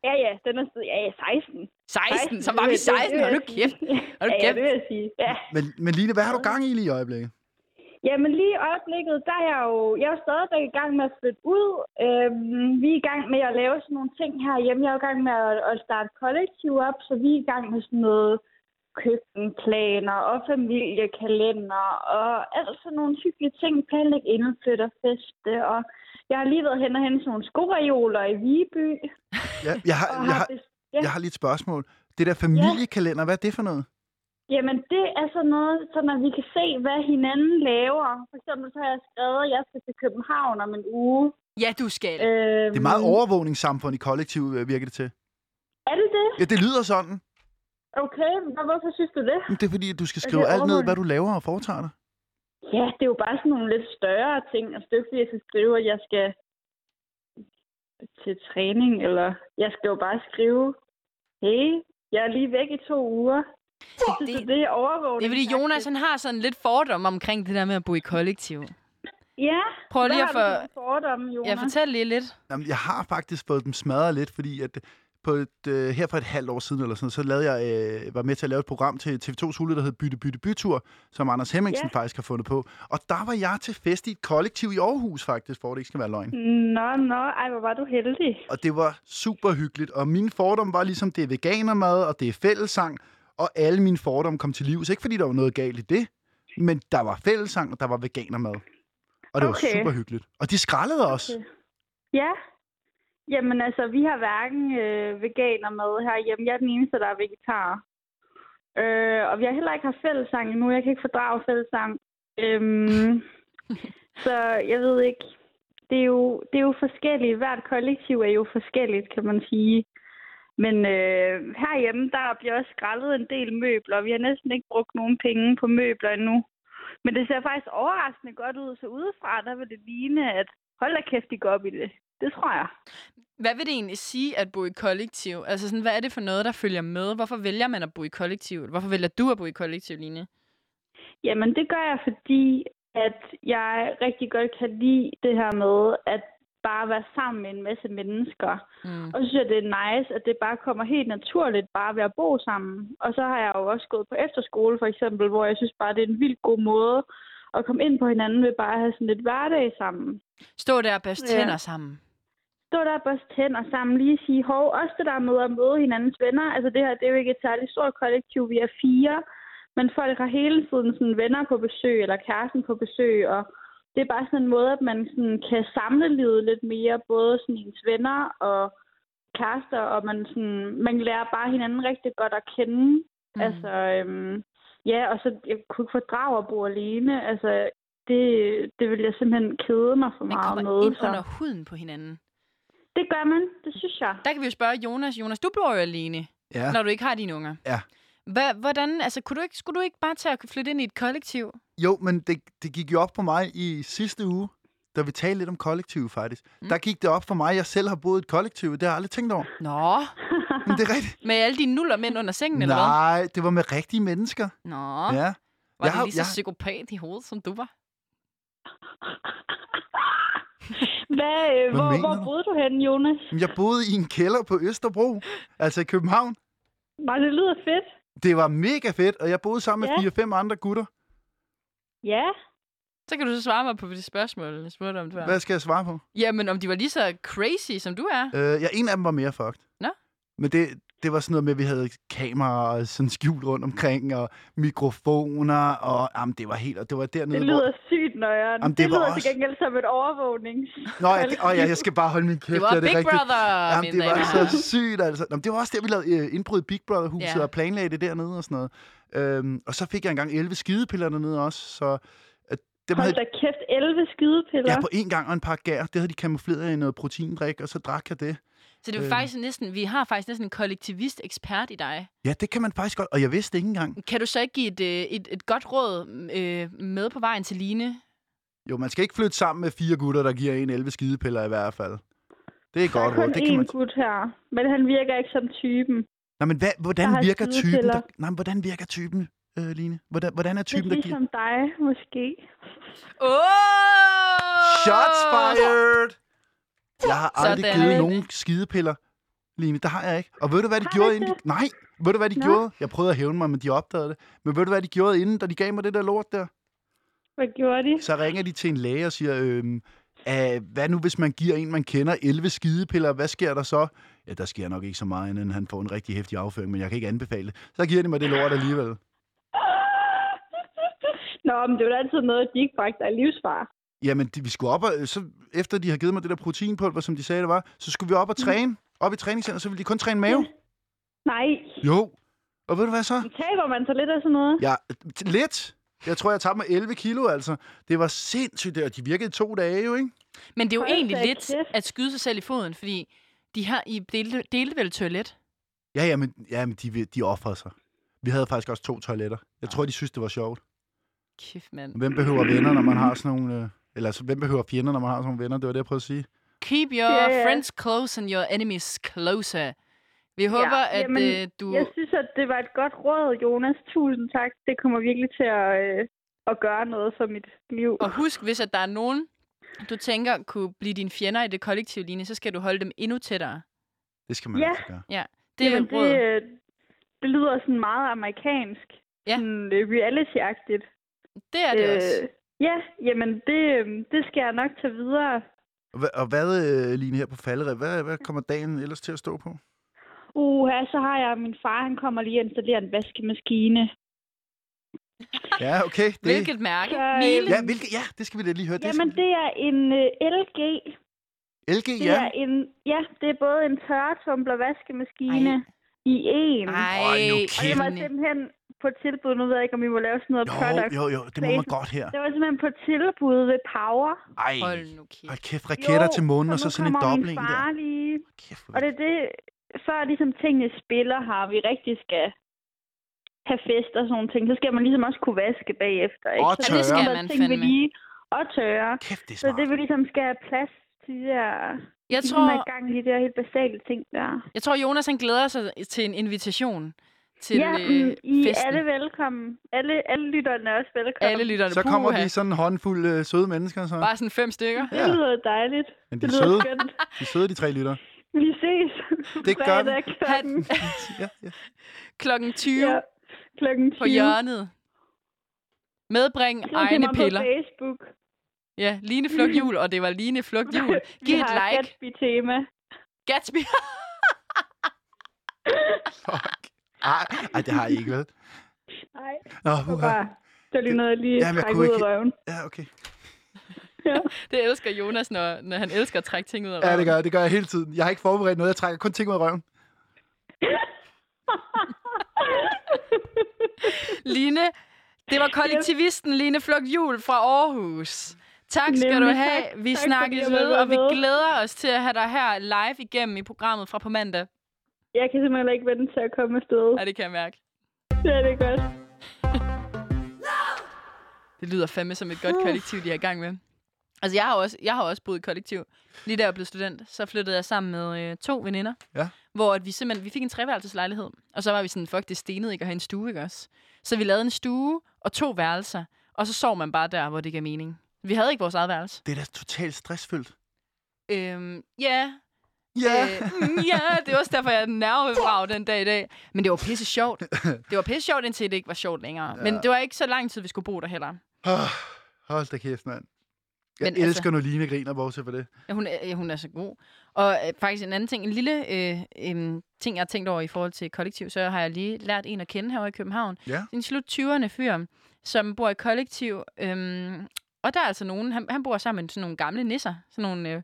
Speaker 3: Ja, ja, den er sted, ja, ja, 16.
Speaker 2: 16, som
Speaker 3: det
Speaker 2: var
Speaker 3: vil-
Speaker 2: vi
Speaker 3: det- det
Speaker 2: 16,
Speaker 3: vil
Speaker 2: og nu
Speaker 3: jeg sige.
Speaker 2: kæft. Hold
Speaker 3: ja, ja,
Speaker 2: kæft.
Speaker 3: det vil jeg sige. Ja.
Speaker 1: Men, men Line, hvad har du gang i lige i øjeblikket?
Speaker 3: Jamen lige i øjeblikket, der er jeg jo jeg er jo stadigvæk i gang med at flytte ud. Øhm, vi er i gang med at lave sådan nogle ting herhjemme. Jeg er jo i gang med at, at starte kollektiv op, så vi er i gang med sådan noget køkkenplaner og familiekalender og alt sådan nogle hyggelige ting. Planlægge indflytterfeste og jeg har lige været hen og hente sådan nogle skoreoler i Viby.
Speaker 1: Ja, jeg, har,
Speaker 3: Og
Speaker 1: jeg,
Speaker 3: har
Speaker 1: har,
Speaker 3: bes- ja.
Speaker 1: jeg har lige et spørgsmål. Det der familiekalender, hvad er det for noget?
Speaker 3: Jamen, det er sådan noget, sådan at vi kan se, hvad hinanden laver. For eksempel så har jeg skrevet, at jeg skal til København om en uge.
Speaker 2: Ja, du skal.
Speaker 3: Øhm,
Speaker 1: Det er meget overvågningssamfund i kollektiv, øh, virker det til.
Speaker 3: Øhm, Er det det?
Speaker 1: Ja, det lyder sådan.
Speaker 3: Okay, men hvorfor synes du det?
Speaker 1: Men det er fordi, at du skal
Speaker 3: det
Speaker 1: skrive alt ned,
Speaker 3: overvågning?
Speaker 1: hvad du laver og foretager dig.
Speaker 3: Ja, det er jo bare sådan nogle lidt større ting. Altså, det er jo ikke, fordi jeg skal skrive, at jeg skal til træning, eller jeg skal jo bare skrive, hey, jeg er lige væk i to uger. Jeg synes, det,
Speaker 2: Det-
Speaker 3: det er overvågning.
Speaker 2: Det er fordi Jonas, han har sådan lidt fordom omkring det der med at bo i kollektiv.
Speaker 3: Ja,
Speaker 2: Prøv lige at
Speaker 3: hvad
Speaker 2: få...
Speaker 3: har du for fordomme, Jonas?
Speaker 2: Ja, fortæl lige lidt.
Speaker 1: Jamen, jeg har faktisk fået dem smadret lidt, fordi at på et, øh, her for et halvt år siden eller sådan noget, så lavede jeg, øh, var med til at lave et program til TV2's hule, der hed Bytte Bytte Bytur, som Anders Hemmingsen faktisk har fundet på. Og der var jeg til fest i et kollektiv i Aarhus faktisk, for at det ikke skal være løgn.
Speaker 3: Nå, nå, ej, hvor var du heldig.
Speaker 1: Og det var super hyggeligt. Og min fordom var ligesom, det er veganermad, og det er fællesang. Og alle mine fordomme kom til livs. Ikke fordi der var noget galt i det, men der var fællesang, og der var veganermad. Og det
Speaker 3: Okay.
Speaker 1: var super hyggeligt. Og de skrællede også.
Speaker 3: Okay. Ja. Jamen altså, vi har hverken øh, veganer med herhjemme. Jeg er den eneste, der er vegetar. Øh, og vi har heller ikke haft fællesang endnu. Jeg kan ikke fordrage fællesang. Øhm, så jeg ved ikke. Det er, jo, det er jo forskelligt. Hvert kollektiv er jo forskelligt, kan man sige. Men øh, herhjemme, der bliver også skrællet en del møbler. og Vi har næsten ikke brugt nogen penge på møbler endnu. Men det ser faktisk overraskende godt ud, så udefra, der vil det ligne, at hold da kæft, de går op i det. Det tror jeg.
Speaker 2: Hvad vil det egentlig sige at bo i kollektiv? Altså sådan, hvad er det for noget, der følger med? Hvorfor vælger man at bo i kollektiv? Hvorfor vælger du at bo i kollektiv, Line?
Speaker 3: Jamen, det gør jeg, fordi at jeg rigtig godt kan lide det her med, at bare være sammen med en masse mennesker.
Speaker 2: Mm.
Speaker 3: Og så synes jeg, det er nice, at det bare kommer helt naturligt bare ved at bo sammen. Og så har jeg jo også gået på efterskole, for eksempel, hvor jeg synes bare, det er en vildt god måde at komme ind på hinanden ved bare at have sådan lidt hverdag sammen.
Speaker 2: Stå der og børste
Speaker 3: Ja. Mm.
Speaker 2: tænder sammen.
Speaker 3: stå der og børste tænder sammen, lige sige, hov, også det der med at møde hinandens venner, altså det her, det er jo ikke et særligt stort kollektiv, vi er fire, men folk har hele tiden sådan venner på besøg, eller kæresten på besøg, og det er bare sådan en måde, at man sådan kan samle livet lidt mere, både sådan ens venner og kærester, og man, sådan, man lærer bare hinanden rigtig godt at kende. Mm. Altså, øhm, ja, og så jeg kunne ikke fordrage at bo alene. Altså, det, det ville jeg simpelthen kede mig for
Speaker 2: Man
Speaker 3: meget
Speaker 2: kommer
Speaker 3: med.
Speaker 2: ind
Speaker 3: så.
Speaker 2: under huden på hinanden.
Speaker 3: Det gør man, det synes jeg.
Speaker 2: Der kan vi jo spørge Jonas. Jonas, du bor jo alene,
Speaker 1: Ja.
Speaker 2: ja. når du ikke har dine unger.
Speaker 1: Ja.
Speaker 2: Hva, hvordan, altså, kunne du ikke, skulle du ikke bare tage og flytte ind i et kollektiv?
Speaker 1: Jo, men det, det gik jo op for mig i sidste uge, da vi talte lidt om kollektiv faktisk. Mm. Der gik det op for mig, at jeg selv har boet i et kollektiv. Det har jeg aldrig tænkt over.
Speaker 2: Nå,
Speaker 1: Men det er rigtigt.
Speaker 2: med alle dine nuller mænd under sengen, eller hvad?
Speaker 1: Nej, det var med rigtige mennesker.
Speaker 2: Nå,
Speaker 1: Ja.
Speaker 2: ja. var
Speaker 1: Jeg
Speaker 2: jeg det
Speaker 1: har-
Speaker 2: lige så
Speaker 1: jeg-
Speaker 2: psykopat i hovedet, som du var?
Speaker 3: Hvad, øh, hvor,
Speaker 1: mener
Speaker 3: hvor
Speaker 1: du?
Speaker 3: boede du henne, Jonas?
Speaker 1: Men Jeg boede i en kælder på Østerbro, altså i København.
Speaker 3: Var det lyder fedt?
Speaker 1: Det var mega fedt, og jeg boede sammen med
Speaker 3: Ja.
Speaker 1: fire-fem andre gutter.
Speaker 3: Ja.
Speaker 2: Så kan du så svare mig på det spørgsmål, jeg spurgte om det var.
Speaker 1: Hvad skal jeg svare på?
Speaker 2: Jamen, om de var lige så crazy, som du er?
Speaker 1: Øh, ja, en af dem var mere fucked.
Speaker 2: Nå.
Speaker 1: Men det, det var sådan noget med, at vi havde kameraer og sådan skjult rundt omkring, og mikrofoner, og jamen, det var helt... Og det var dernede,
Speaker 3: Det
Speaker 1: hvor-
Speaker 3: lyder sygt nøjeren.
Speaker 1: Jamen,
Speaker 3: Jamen,
Speaker 1: det
Speaker 3: det,
Speaker 1: var
Speaker 3: lyder
Speaker 1: også-
Speaker 3: til gengæld som et overvågnings.
Speaker 1: Nå ja, det, og ja, jeg skal bare holde min kæft.
Speaker 2: Det var
Speaker 1: er
Speaker 2: Big
Speaker 1: rigtigt.
Speaker 2: Brother,
Speaker 1: Jamen,
Speaker 2: mine
Speaker 1: det
Speaker 2: damer og
Speaker 1: var
Speaker 2: herrer.
Speaker 1: så sygt, altså. Jamen, det var også der, vi lavede øh, indbrud i Big Brother-huset
Speaker 2: Ja.
Speaker 1: og planlagde det dernede og sådan noget. Øhm, og så fik jeg engang 11 skidepiller dernede også, så... Øh, dem
Speaker 3: Hold da kæft, 11 skidepiller.
Speaker 1: ja, på én gang og en par gær. Det havde de kamufleret i noget proteindrik, og så drak jeg det.
Speaker 2: Så det er
Speaker 1: Øh.
Speaker 2: øh. faktisk næsten, vi har faktisk næsten en kollektivist-ekspert i dig.
Speaker 1: Ja, det kan man faktisk godt, og jeg vidste det ikke engang.
Speaker 2: Kan du så ikke give et, øh, et, et godt råd øh, med på vejen til Line?
Speaker 1: Jo, man skal ikke flytte sammen med fire gutter, der giver en 11 skidepiller i hvert fald. Det er et
Speaker 3: der
Speaker 1: godt
Speaker 3: er kun
Speaker 1: råd. Det kan
Speaker 3: én
Speaker 1: man...
Speaker 3: gut her, men han virker ikke som typen.
Speaker 1: Nå, men hvad, hvordan,
Speaker 3: der har
Speaker 1: virker typen, der...
Speaker 3: skidepiller.
Speaker 1: Nej, men hvordan virker typen, øh, Line? Hvordan, hvordan er typen,
Speaker 3: Typen,
Speaker 1: der
Speaker 3: Lidt
Speaker 1: giver...
Speaker 3: ligesom dig, måske.
Speaker 2: Oh!
Speaker 1: Shots fired! Jeg har aldrig
Speaker 2: Sådan.
Speaker 1: givet nogen skidepiller, Line. Det har jeg ikke. Og ved du, hvad de
Speaker 3: Har du
Speaker 1: gjorde
Speaker 3: ikke
Speaker 1: inden? De... Nej, ved du, hvad de
Speaker 3: Nå.
Speaker 1: gjorde? Jeg prøvede at hævne mig, men de opdagede det. Men ved du, hvad de gjorde inden, da de gav mig det der lort der?
Speaker 3: Hvad gjorde de?
Speaker 1: Så ringer de til en læge og siger, øhm, "Ah, hvad nu, hvis man giver en, man kender, 11 skidepiller? Hvad sker der så? Ja, der sker nok ikke så meget, inden han får en rigtig hæftig afføring, men jeg kan ikke anbefale det. Så giver de mig det lort alligevel.
Speaker 3: Nå, men det var da altid noget, de ikke bragte af livsfar.
Speaker 1: Jamen, de, vi skulle op og, øh, så efter de har givet mig det der proteinpulver, som de sagde, det var, så skulle vi op og træne. Op i træningscenter, så ville de kun træne mave.
Speaker 3: Nej.
Speaker 1: Jo. Og ved du hvad så?
Speaker 3: Taber man så lidt af sådan noget?
Speaker 1: Ja, t- lidt. Jeg tror, jeg tabte mig 11 kilo, altså. Det var sindssygt, det, og de virkede i to dage jo, ikke?
Speaker 2: Men det er jo
Speaker 3: Hold
Speaker 2: egentlig
Speaker 3: da
Speaker 2: lidt
Speaker 3: kæft.
Speaker 2: at skyde sig selv i foden, fordi de har I delte, delte vel toilet.
Speaker 1: Ja, ja, men, ja, men de, vil- de offrede sig. Vi havde faktisk også to toiletter. Jeg tror, de synes, det var sjovt.
Speaker 2: Kæft, mand.
Speaker 1: Hvem behøver venner, når man har sådan nogle... Øh, eller altså, hvem behøver fjender, når man har sådan nogle venner? Det var det, jeg prøvede at sige.
Speaker 2: Keep your
Speaker 3: Ja,
Speaker 2: yeah,
Speaker 3: ja.
Speaker 2: yeah. friends close and your enemies closer. Vi håber, at
Speaker 3: jamen,
Speaker 2: øh, du...
Speaker 3: Jeg synes, at det var et godt råd, Jonas. Tusind tak. Det kommer virkelig til at, øh, at gøre noget for mit liv.
Speaker 2: Og husk, hvis at der er nogen, du tænker kunne blive dine fjender i det kollektive linje, så skal du holde dem endnu tættere.
Speaker 1: Det skal man
Speaker 3: Ja.
Speaker 1: altså gøre.
Speaker 2: Det er
Speaker 3: Jamen,
Speaker 2: Jamen, råd.
Speaker 3: det, øh, det lyder sådan meget amerikansk.
Speaker 2: Ja.
Speaker 3: Sådan øh, reality-agtigt.
Speaker 2: Det er det øh, også.
Speaker 3: ja, jamen det, øh, det skal jeg nok tage videre.
Speaker 1: Og, hva- og hvad, øh, Line, her på falderæb, hvad, hvad kommer dagen ellers til at stå på?
Speaker 3: Uha, så har jeg min far, han kommer lige og installerer en vaskemaskine.
Speaker 1: Ja, okay. Det,
Speaker 2: Hvilket mærke?
Speaker 3: Så, øh,
Speaker 2: Miele?
Speaker 1: Ja, hvilket, ja, det skal vi da lige høre.
Speaker 3: Jamen,
Speaker 1: det,
Speaker 3: det er en øh, LG.
Speaker 1: skal- LG,
Speaker 3: Det
Speaker 1: ja.
Speaker 3: er en, ja, det er både en tørretumbler vaskemaskine
Speaker 2: Ej.
Speaker 3: i en.
Speaker 1: Ej, nu
Speaker 2: Ej,
Speaker 1: kæft.
Speaker 3: Og det var
Speaker 2: Jenny.
Speaker 3: simpelthen på tilbud. Nu ved jeg ikke, om I må lave sådan noget product.
Speaker 1: Jo, jo, jo, det må man godt her.
Speaker 3: Det var simpelthen på tilbud ved Power.
Speaker 1: Ej,
Speaker 2: Hold nu kæft.
Speaker 1: hold kæft, raketter
Speaker 3: Jo,
Speaker 1: til månen, og så
Speaker 3: nu
Speaker 1: sådan en
Speaker 3: kommer min
Speaker 1: dobling
Speaker 3: far
Speaker 1: der.
Speaker 3: Lige.
Speaker 1: Kæft, hvor
Speaker 3: Og det er det, før ligesom tingene spiller her, vi rigtig skal have fest og sådan nogle ting, så skal man ligesom også kunne vaske bagefter. Ikke?
Speaker 1: Og
Speaker 3: så
Speaker 1: tørre.
Speaker 3: er ligesom sådan
Speaker 2: Det skal
Speaker 3: noget
Speaker 2: man
Speaker 3: ting, vi
Speaker 2: fandme.
Speaker 3: Lige, og tørre.
Speaker 1: Kæft, det er
Speaker 3: Så
Speaker 1: smart.
Speaker 3: det vi ligesom skal have plads til de der,
Speaker 2: Jeg
Speaker 3: ligesom
Speaker 2: tror,
Speaker 3: have gang i de der helt basale ting der.
Speaker 2: jeg tror, Jonas han glæder sig til en invitation til
Speaker 3: ja,
Speaker 2: øh,
Speaker 3: mm, I er
Speaker 2: festen.
Speaker 3: alle velkommen. Alle, alle lytterne er også velkommen.
Speaker 2: alle lytterne.
Speaker 1: Så kommer
Speaker 2: Puha.
Speaker 1: vi sådan en håndfuld øh, søde mennesker, så.
Speaker 2: Bare sådan fem stykker.
Speaker 3: Det lyder dejligt.
Speaker 1: Men de
Speaker 3: Det
Speaker 1: er
Speaker 3: lyder
Speaker 1: søde,
Speaker 3: skønt.
Speaker 1: de er søde, de tre lytter.
Speaker 3: Vi ses.
Speaker 1: Det gør vi.
Speaker 3: Fredag klokken-
Speaker 1: Ja, ja.
Speaker 2: Klokken 20
Speaker 3: Ja,
Speaker 2: ja.
Speaker 3: klokken 20.
Speaker 2: på hjørnet. Medbring
Speaker 3: Skriv til
Speaker 2: egne
Speaker 3: mig
Speaker 2: piller.
Speaker 3: På Facebook.
Speaker 2: Ja, Line Flugtjul, og det var Line Flugtjul. Giv
Speaker 3: vi
Speaker 2: et
Speaker 3: har
Speaker 2: like.
Speaker 3: Gatsby-tema.
Speaker 2: Gatsby.
Speaker 1: Fuck. Ej, ej, det har I ikke, vel?
Speaker 3: Nej,
Speaker 1: Nå,
Speaker 3: det var
Speaker 1: uha.
Speaker 3: bare... Det var lige noget, jeg lige
Speaker 1: Jamen, jeg
Speaker 3: trække
Speaker 1: kunne
Speaker 3: ud af
Speaker 1: ikke-
Speaker 3: røven.
Speaker 1: Ja, okay.
Speaker 2: Det elsker Jonas, når, når han elsker at trække ting ud
Speaker 1: Ja,
Speaker 2: af
Speaker 1: det
Speaker 2: røven.
Speaker 1: gør, jeg. det gør jeg hele tiden. Jeg har ikke forberedt noget, jeg trækker kun ting ud af røven.
Speaker 2: Line, det var kollektivisten Line Flok Jul fra Aarhus. Tak skal
Speaker 3: Nemlig,
Speaker 2: du have.
Speaker 3: tak.
Speaker 2: Vi
Speaker 3: Tak,
Speaker 2: snakkes
Speaker 3: fordi jeg
Speaker 2: ved,
Speaker 3: måtte
Speaker 2: og vi
Speaker 3: være med.
Speaker 2: glæder os til at have dig her live igennem i programmet fra på mandag.
Speaker 3: jeg kan simpelthen heller ikke vente til at komme afsted.
Speaker 2: Ja, det kan jeg mærke.
Speaker 3: Ja, det er godt.
Speaker 2: Det lyder fandme som et godt kollektiv, de er i gang med. Altså, jeg har også, jeg har også boet i kollektiv. Lige da jeg blev student, så flyttede jeg sammen med øh, to veninder.
Speaker 1: Ja.
Speaker 2: Hvor at vi simpelthen vi fik en treværelseslejlighed. Og så var vi sådan, fuck, det stenede ikke at have en stue, ikke også? Så vi lavede en stue og to værelser. Og så sov man bare der, hvor det gav mening. Vi havde ikke vores eget værelse.
Speaker 1: Det er da totalt stressfyldt.
Speaker 2: Øhm, ja,
Speaker 1: Ja!
Speaker 2: Øh, mm, ja, det er også derfor, jeg er nervevrag den dag i dag. Men det var pisse sjovt. Det var pisse sjovt, indtil det ikke var sjovt længere. Ja. Men det var ikke så lang tid, vi skulle bo der heller.
Speaker 1: Øh. Hold da kæft, mand. Jeg
Speaker 2: Men
Speaker 1: Men
Speaker 2: altså-
Speaker 1: elsker, når Line griner, bortset for det.
Speaker 2: Ja, Hun er, ja, hun er så god. Og øh, faktisk en anden ting, en lille øh, øh, ting, jeg har tænkt over i forhold til kollektiv, så har jeg lige lært en at kende herovre i København.
Speaker 1: Ja.
Speaker 2: En slut 20'erne fyr, som bor i kollektiv. Øhm, og der er altså nogen, han, han bor sammen med sådan nogle gamle nisser, sådan nogle øh,